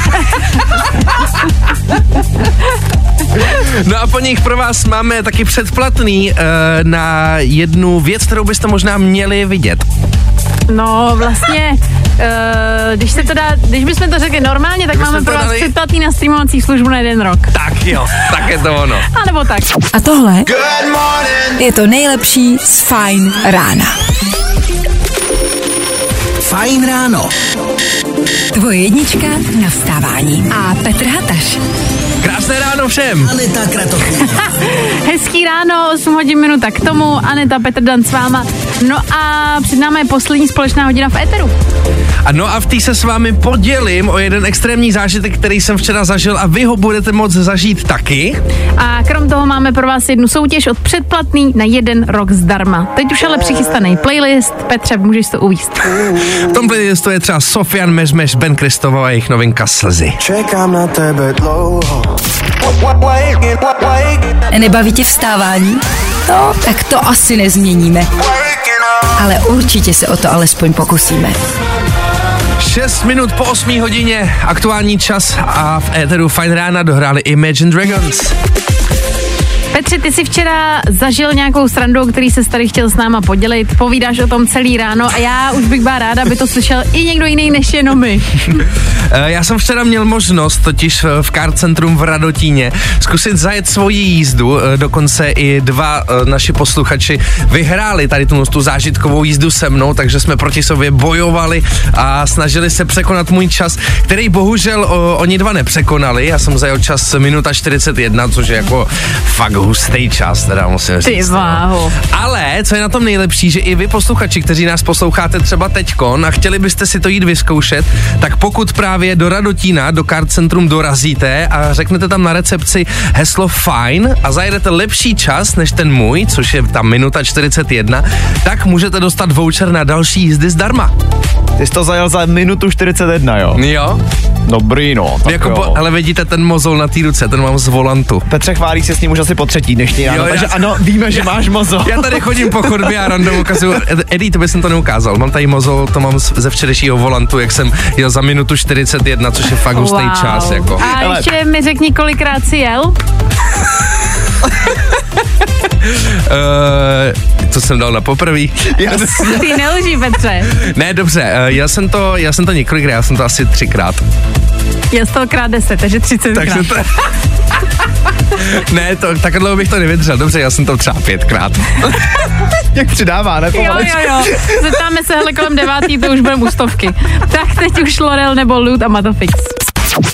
[SPEAKER 3] No a po nich pro vás máme taky předplatný eh, na jednu věc, kterou byste možná měli vidět.
[SPEAKER 4] No vlastně, eh, když se to dá, když bychom to řekli normálně, tak
[SPEAKER 3] Kdybychom
[SPEAKER 4] máme
[SPEAKER 3] to
[SPEAKER 4] pro vás
[SPEAKER 3] dali-
[SPEAKER 4] předplatný na streamovací službu na jeden rok.
[SPEAKER 3] Tak jo, tak je to ono.
[SPEAKER 4] A nebo tak.
[SPEAKER 2] A tohle je to nejlepší z Fajn rána.
[SPEAKER 1] Fajn ráno.
[SPEAKER 2] Tvoje jednička na vstávání. A Petr Hataš.
[SPEAKER 3] Krásné ráno všem.
[SPEAKER 1] Aneta Kratochvílová.
[SPEAKER 4] Hezký ráno, 8 hodin minuta k tomu, Aneta Petr Dan s váma. No a před námi je poslední společná hodina v éteru.
[SPEAKER 3] A no a v té se s vámi podělím o jeden extrémní zážitek, který jsem včera zažil a vy ho budete moct zažít taky.
[SPEAKER 4] A krom toho máme pro vás jednu soutěž od předplatný na jeden rok zdarma. Teď už ale přichystaný playlist. Petře, můžeš to uvíst.
[SPEAKER 3] V tom playlistu je třeba Sofian Mežmeš, Ben Kristova a jejich novinka Slzy.
[SPEAKER 10] Čekám na tebe dlouho.
[SPEAKER 2] Nebaví tě vstávání? No, tak to asi nezměníme. Ale určitě se o to alespoň pokusíme.
[SPEAKER 3] 6 minut po 8 hodině, aktuální čas a v éteru Fine Rána dohráli Imagine Dragons.
[SPEAKER 4] Petře, ty jsi včera zažil nějakou srandu, o který se tady chtěl s náma podělit. Povídáš o tom celý ráno a já už bych byla ráda, aby to slyšel i někdo jiný než jenom my.
[SPEAKER 3] Eh, Já jsem včera měl možnost totiž eh, v Car Centrum v Radotíně zkusit zajet svoji jízdu, eh, dokonce i dva eh, naši posluchači vyhráli tady tu, tu zážitkovou jízdu se mnou, takže jsme proti sobě bojovali a snažili se překonat můj čas, který bohužel o, oni dva nepřekonali. Já jsem zajel čas minuta 41, což je jako fakt hustý čas, teda musím říct. no.
[SPEAKER 4] váho.
[SPEAKER 3] Ale co je na tom nejlepší, že i vy posluchači, kteří nás posloucháte třeba teďkon a chtěli byste si to jít vyzkoušet, tak pokud právě do Radotína, do Card Centrum dorazíte a řeknete tam na recepci heslo fine a zajedete lepší čas než ten můj, což je tam minuta 41, tak můžete dostat voucher na další jízdy zdarma.
[SPEAKER 5] Ty jsi to zajel za minutu 41, jo?
[SPEAKER 3] Jo?
[SPEAKER 5] Dobrý, no. Tak
[SPEAKER 3] Jako
[SPEAKER 5] jo.
[SPEAKER 3] po, ale vidíte ten mozol na té ruce, ten mám z volantu.
[SPEAKER 5] Petře chválí se s ním už asi po třetí dnešní ráno,
[SPEAKER 3] Jo, já-
[SPEAKER 5] takže ano, víme, že máš mozo.
[SPEAKER 3] Já tady chodím po chodbě a random ukazuju. Ed- Eddie, to by jsem to neukázal. Mám tady mozol, to mám z- ze včerejšího volantu, jak jsem jel za minutu 41, což je fakt hustý čas. Jako.
[SPEAKER 4] A
[SPEAKER 5] Hele.
[SPEAKER 4] ještě mi řekni, kolikrát jsi jel?
[SPEAKER 3] Uh, co jsem dal na poprví?
[SPEAKER 4] Ty nelží, Petře.
[SPEAKER 3] ne, dobře, eh, já jsem to, já jsem to několikrát, já jsem to asi třikrát.
[SPEAKER 4] Jel 100 krát 10, takže 30 krát.
[SPEAKER 3] Takže to... ne, to, tak dlouho bych to nevydržel. Dobře, já jsem to třeba pětkrát.
[SPEAKER 5] Jak přidává, ne?
[SPEAKER 4] Jo,
[SPEAKER 5] Pomalečku.
[SPEAKER 4] jo, jo. Zeptáme se, hele, kolem devátý, to už budeme u stovky. Tak teď už Lorel nebo Lud a Matofix.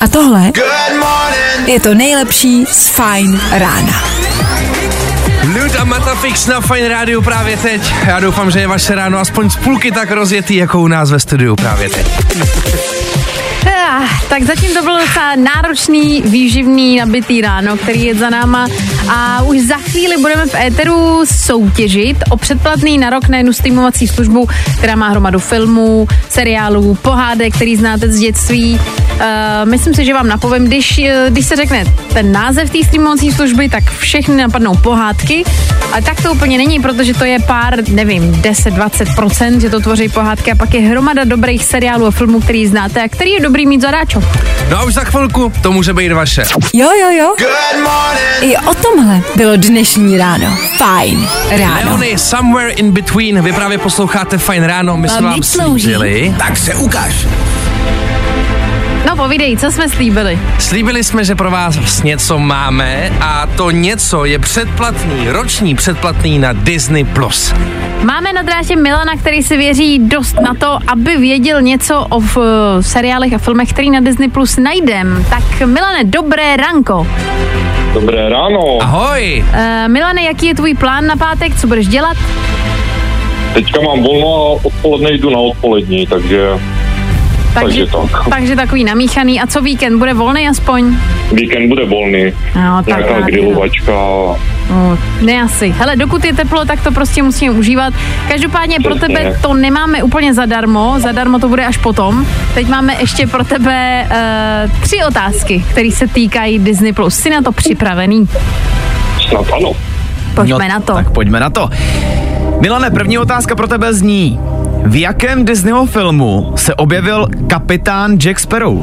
[SPEAKER 2] A tohle je to nejlepší z Fajn rána.
[SPEAKER 3] Lud a Matafix na Fine Radio právě teď. Já doufám, že je vaše ráno aspoň z půlky tak rozjetý, jako u nás ve studiu právě teď.
[SPEAKER 4] Ah, Tak zatím to bylo docela náročný, výživný, nabitý ráno, který je za náma. A už za chvíli budeme v éteru soutěžit o předplatný na rok na jednu streamovací službu, která má hromadu filmů, seriálů, pohádek, který znáte z dětství. Uh, myslím si, že vám napovím, když, eh, když se řekne ten název té streamovací služby, tak všechny napadnou pohádky. A tak to úplně není, protože to je pár, nevím, 10-20%, že to tvoří pohádky a pak je hromada dobrých seriálů a filmů, který znáte a který je dobrý mít zadáčo.
[SPEAKER 3] No a už za chvilku to může být vaše.
[SPEAKER 2] Jo, jo, jo. I o tomhle bylo dnešní ráno. Fajn ráno.
[SPEAKER 3] Leony, Somewhere in Between, vy právě posloucháte Fajn ráno, my jsme
[SPEAKER 2] Babič
[SPEAKER 3] vám
[SPEAKER 2] slouží.
[SPEAKER 3] slíbili.
[SPEAKER 1] Tak se ukáž.
[SPEAKER 4] No povídej, co jsme slíbili?
[SPEAKER 3] Slíbili jsme, že pro vás něco máme a to něco je předplatný, roční předplatný na Disney+. Plus.
[SPEAKER 4] Máme na dráže Milana, který si věří dost na to, aby věděl něco o v, seriálech a filmech, který na Disney Plus najdem. Tak Milane, dobré ranko.
[SPEAKER 9] Dobré ráno.
[SPEAKER 3] Ahoj!
[SPEAKER 4] Uh, Milane, jaký je tvůj plán na pátek, co budeš dělat?
[SPEAKER 9] Teďka mám volno a odpoledne jdu na odpolední, takže Takže tak.
[SPEAKER 4] takže takový namíchaný. A co víkend, bude volný aspoň?
[SPEAKER 9] víkend bude volný.
[SPEAKER 4] No, tak
[SPEAKER 9] Nějaká
[SPEAKER 4] tak,
[SPEAKER 9] grilovačka.
[SPEAKER 4] No, ne asi. Hele, dokud je teplo, tak to prostě musím užívat. Každopádně pro
[SPEAKER 9] Přesně.
[SPEAKER 4] tebe to nemáme úplně zadarmo, zadarmo to bude až potom. Teď máme ještě pro tebe uh, tři otázky, které se týkají Disney+. Plus. Jsi na to připravený?
[SPEAKER 9] Snad ano.
[SPEAKER 4] Pojďme na to.
[SPEAKER 5] No, Tak pojďme na to. Milane, první otázka pro tebe zní. V jakém Disneyho filmu se objevil kapitán Jack Sparrow?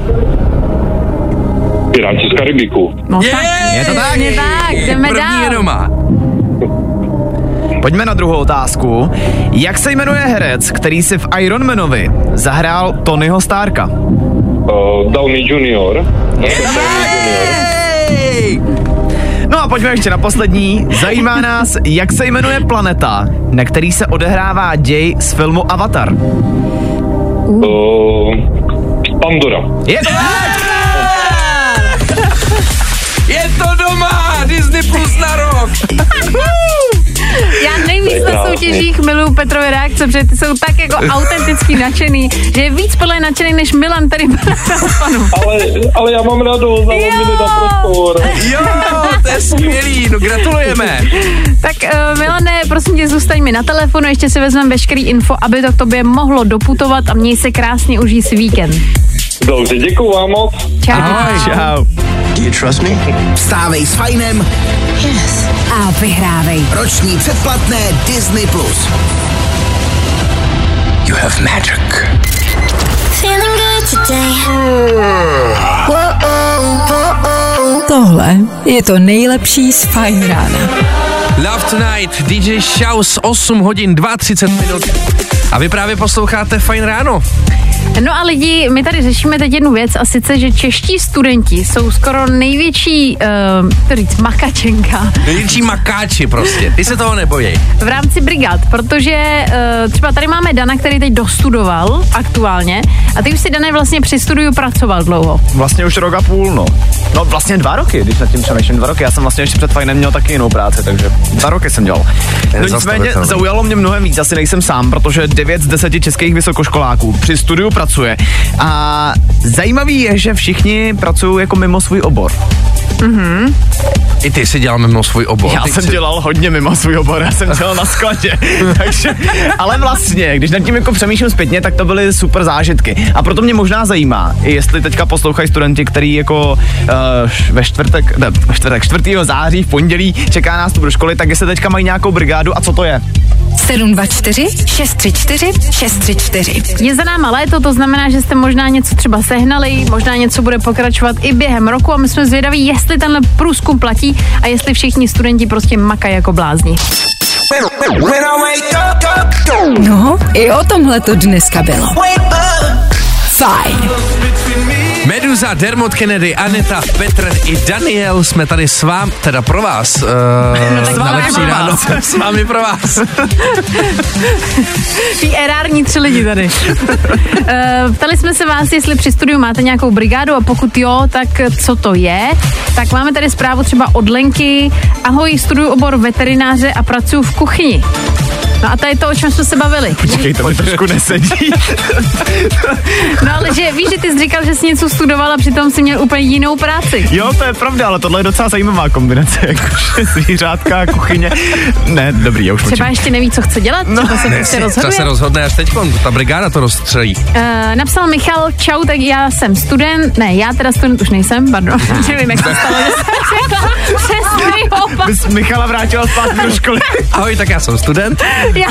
[SPEAKER 9] Piráti z Karibiku.
[SPEAKER 4] No,
[SPEAKER 3] Jej!
[SPEAKER 5] Je to tak?
[SPEAKER 4] Přesně tak, jdeme
[SPEAKER 3] První
[SPEAKER 4] dál.
[SPEAKER 3] je doma.
[SPEAKER 5] Pojďme na druhou otázku. Jak se jmenuje herec, který si v Iron Manovi zahrál Tonyho Starka?
[SPEAKER 9] Uh, Downey Junior. eh?
[SPEAKER 5] No a pojďme ještě na poslední. Zajímá nás, jak se jmenuje planeta, na který se odehrává děj z filmu Avatar.
[SPEAKER 9] Uh, Pandora.
[SPEAKER 5] Je to tak?
[SPEAKER 3] Je to doma! Disney Plus na rok!
[SPEAKER 4] Já nejvíc
[SPEAKER 9] To je
[SPEAKER 4] na
[SPEAKER 9] krásný.
[SPEAKER 4] soutěžích miluju Petrové reakce, protože ty jsou tak jako autentický nadšený, že je víc podle nadšený než Milan tady byl na telefonu.
[SPEAKER 9] Ale, ale já mám radost, ale
[SPEAKER 4] Jo.
[SPEAKER 9] mi nedá prostor.
[SPEAKER 3] Jo, to je skvělý, no gratulujeme.
[SPEAKER 4] Tak uh, Milane, prosím tě, zůstaň mi na telefonu, ještě si vezmeme veškerý info, aby to k tobě mohlo doputovat a měj se krásně, užij si víkend.
[SPEAKER 9] Dobře, děkuji vám moc.
[SPEAKER 4] Čau.
[SPEAKER 5] Čau.
[SPEAKER 10] Do you trust me?
[SPEAKER 1] Vstávej s Fajnem,
[SPEAKER 2] A vyhrávej.
[SPEAKER 1] roční předplatné Disney+. Plus. You have magic.
[SPEAKER 6] Feeling good today.
[SPEAKER 2] Tohle je to nejlepší z Fajn rána.
[SPEAKER 3] Love Tonight, DJ Shouse, 8 hodin 32 minut. A vy právě posloucháte Fajn ráno.
[SPEAKER 4] No a lidi, my tady řešíme teď jednu věc a sice, že čeští studenti jsou skoro největší, uh, to říct, makačenka
[SPEAKER 3] Největší makáči prostě, ty se toho nebojí.
[SPEAKER 4] v rámci brigád, protože uh, třeba tady máme Dana, který teď dostudoval aktuálně a ty už si, Dane, vlastně při studiu pracoval dlouho.
[SPEAKER 5] Vlastně už rok a půl, no. No vlastně dva roky, když nad tím přemýšlím, dva roky. Já jsem vlastně ještě před fajnem měl taky jinou práci, takže dva roky jsem dělal. No nicméně
[SPEAKER 3] zastavitelný.
[SPEAKER 5] zaujalo mě mnohem víc, asi nejsem sám, protože 9 z 10 českých vysokoškoláků při studiu pracuje. A zajímavý je, že všichni pracují jako mimo svůj obor.
[SPEAKER 3] I ty si dělal mimo svůj obor.
[SPEAKER 5] Já
[SPEAKER 3] Ty
[SPEAKER 5] jsem
[SPEAKER 3] chci-
[SPEAKER 5] dělal hodně mimo svůj obor, já jsem dělal na skladě. takže, ale vlastně, když nad tím jako přemýšlím zpětně, tak to byly super zážitky. A proto mě možná zajímá, jestli teďka poslouchají studenti, který jako uh, ve čtvrtek, ne, ve čtvrtek, 4. září v pondělí čeká nás tu do školy, tak jestli teďka mají nějakou brigádu a co to je.
[SPEAKER 2] 724 634 634.
[SPEAKER 4] Prostě. Je za náma léto, to znamená, že jste možná něco třeba sehnali, možná něco bude pokračovat i během roku a my jsme zvědaví, jestli tenhle průzkum platí a jestli všichni studenti prostě makají jako blázni.
[SPEAKER 2] No, i o tomhle to dneska bylo. Fajn.
[SPEAKER 3] Meduza, Dermot Kennedy, Aneta, Petr i Daniel jsme tady s vám, teda pro vás. Uh,
[SPEAKER 4] tak s
[SPEAKER 3] na
[SPEAKER 4] vámi
[SPEAKER 3] lepší
[SPEAKER 4] pro
[SPEAKER 3] ráno. S vámi pro vás.
[SPEAKER 4] Ty erární tři lidi tady. Eh, Ptali jsme se vás, jestli při studiu máte nějakou brigádu a pokud jo, tak co to je. Tak máme tady zprávu třeba od Lenky. Ahoj, studuju obor veterináře a pracuji v kuchyni. No a to je to, o čem jsme se bavili.
[SPEAKER 5] Počkej, to mi trošku nesedí.
[SPEAKER 4] No ale že víš, že ty jsi říkal, že jsi něco studoval a přitom jsi měl úplně jinou práci.
[SPEAKER 5] jo, to je pravda, ale tohle je docela zajímavá kombinace, jakože zvířátka a kuchyně. Ne, dobrý, já už
[SPEAKER 4] Třeba
[SPEAKER 5] mlčím.
[SPEAKER 4] ještě neví, co chce dělat, no, třeba se prostě
[SPEAKER 3] To
[SPEAKER 4] rozhoduje.
[SPEAKER 3] se rozhodne až teď, ta brigáda to rozstřelí.
[SPEAKER 4] Eh, napsal Michal, čau, tak já jsem student, ne, já teda student už nejsem, pardon, nevím, jak to stalo, že jsem řekla přesný opak.
[SPEAKER 5] Bys Michala vrátila zpátky do školy.
[SPEAKER 3] Ahoj, tak já jsem student,
[SPEAKER 4] Já,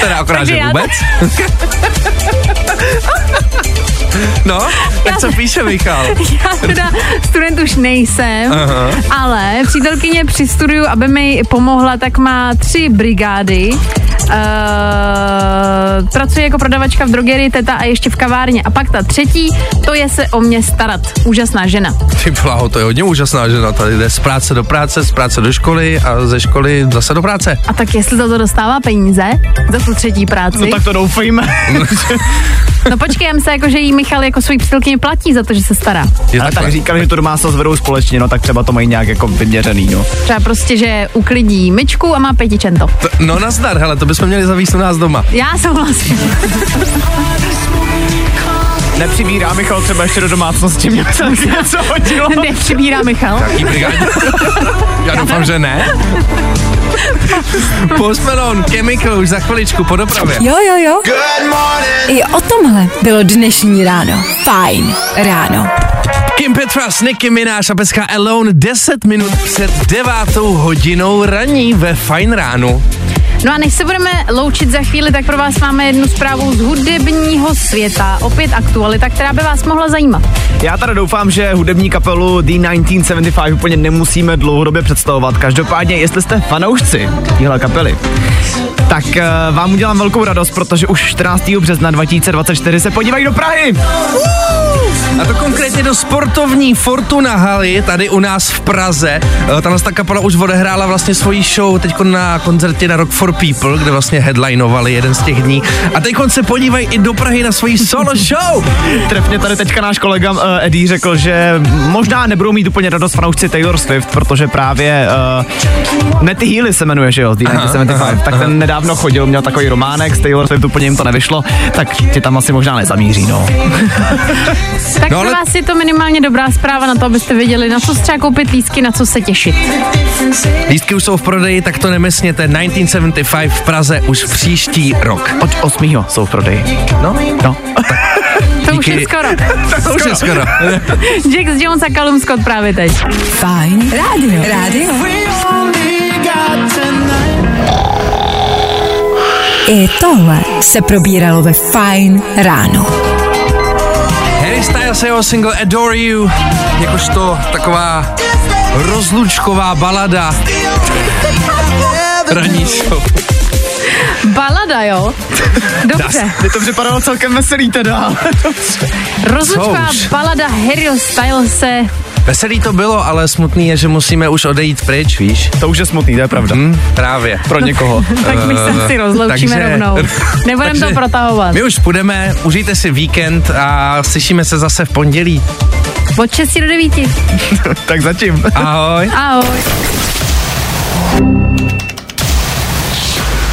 [SPEAKER 3] teda akorát,
[SPEAKER 4] Takže
[SPEAKER 3] že
[SPEAKER 4] já-
[SPEAKER 3] vůbec. No, tak co píše Michal?
[SPEAKER 4] Já teda student už nejsem,
[SPEAKER 3] Aha.
[SPEAKER 4] ale přítelkyně při studiu, aby mi pomohla, tak má tři brigády. Uh, pracuje jako prodavačka v drogerii, teta a ještě v kavárně. A pak ta třetí, to je se o mě starat. Úžasná žena.
[SPEAKER 3] Ty bláho, to je hodně úžasná žena. Tady jde z práce do práce, z práce do školy a ze školy zase do práce.
[SPEAKER 4] A tak jestli za to dostává peníze, za tu třetí práci.
[SPEAKER 3] No tak
[SPEAKER 5] to doufejme.
[SPEAKER 4] no počkej, já myslím, jako, že jí Michal jako svůj přítelkyni platí za to, že se stará.
[SPEAKER 5] Je Ale tak říkali, že to domácnost vedou společně, no tak třeba to mají nějak jako vyměřený, no.
[SPEAKER 4] Třeba prostě, že uklidí myčku a má pětičento.
[SPEAKER 3] To, no nazdar, hele, to bychom měli zavíst u nás doma.
[SPEAKER 4] Já vlastně souhlasím.
[SPEAKER 5] Nepřibírá Michal třeba ještě do domácnosti, mě se taky něco hodilo.
[SPEAKER 4] Nepřibírá Michal.
[SPEAKER 3] Jaký brigádní? Já doufám, že ne. Postmelon, Chemical už za chviličku po dopravě.
[SPEAKER 2] Jo, jo, jo. I o tomhle bylo dnešní ráno. Fajn ráno.
[SPEAKER 3] Kim Petras, Nicky Mináš a Peska Alone 10 minut před 9 hodinou raní ve Fine ránu.
[SPEAKER 4] No a než se budeme loučit za chvíli, tak pro vás máme jednu zprávu z hudebního světa. Opět aktualita, která by vás mohla zajímat.
[SPEAKER 5] Já tady doufám, že hudební kapelu The 1975 úplně nemusíme dlouhodobě představovat. Každopádně, jestli jste fanoušci téhle kapely, tak eh, vám udělám velkou radost, protože už 14. března 2024 se podívají do Prahy.
[SPEAKER 3] A to konkrétně do sportovní Fortuna haly tady u nás v Praze. Eh, Tam ta kapela už odehrála vlastně svoji show teď na koncertě na Rock for People, kde vlastně headlinovali jeden z těch dní. A teď se podívají i do Prahy na svoji solo show.
[SPEAKER 5] Trefně tady teďka náš kolega uh, Eddie řekl, že možná nebudou mít úplně radost fanoušci Taylor Swift, protože právě uh, Matty Healy se jmenuje, že jo, z The 1975, tak ten nedávno chodil, měl takový románek, s Taylor Swift úplně jim to nevyšlo, tak ti tam asi možná nezamíří, no.
[SPEAKER 4] Tak
[SPEAKER 5] No
[SPEAKER 4] no, pro
[SPEAKER 5] ale-
[SPEAKER 4] vás je to minimálně dobrá zpráva na to, abyste věděli, na co si třeba koupit lístky, na co se těšit.
[SPEAKER 3] Lístky už jsou v prodeji, tak to nemyslněte. 1975 v Praze už příští rok.
[SPEAKER 5] Od 8. jsou v prodeji. No? No.
[SPEAKER 4] To už je skoro.
[SPEAKER 3] To už je skoro.
[SPEAKER 4] Jack Jones a Callum Scott právě teď.
[SPEAKER 2] Fajn rádio. Rádio. I tohle se probíralo ve Fajn ráno.
[SPEAKER 3] Harry Styles a jeho single Adore You, jakožto taková rozlučková balada. Ranní show.
[SPEAKER 4] Balada, jo? Dobře.
[SPEAKER 5] Mně to připadalo celkem veselý teda.
[SPEAKER 4] Rozlučková
[SPEAKER 3] Co už?
[SPEAKER 4] balada Harry Stylese.
[SPEAKER 3] Veselý to bylo, ale smutný je, že musíme už odejít pryč, víš?
[SPEAKER 5] To už je smutný, to je pravda.
[SPEAKER 3] Hmm, právě.
[SPEAKER 5] Hm? Pro někoho.
[SPEAKER 4] Tak my se
[SPEAKER 3] Eh,
[SPEAKER 4] si rozloučíme
[SPEAKER 3] takže-
[SPEAKER 4] rovnou. Nebudeme to
[SPEAKER 3] takže
[SPEAKER 4] protahovat.
[SPEAKER 3] My už půjdeme, užijte si víkend a slyšíme se zase v pondělí.
[SPEAKER 4] Od 6 do 9.
[SPEAKER 5] tak zatím.
[SPEAKER 3] Ahoj.
[SPEAKER 4] Ahoj.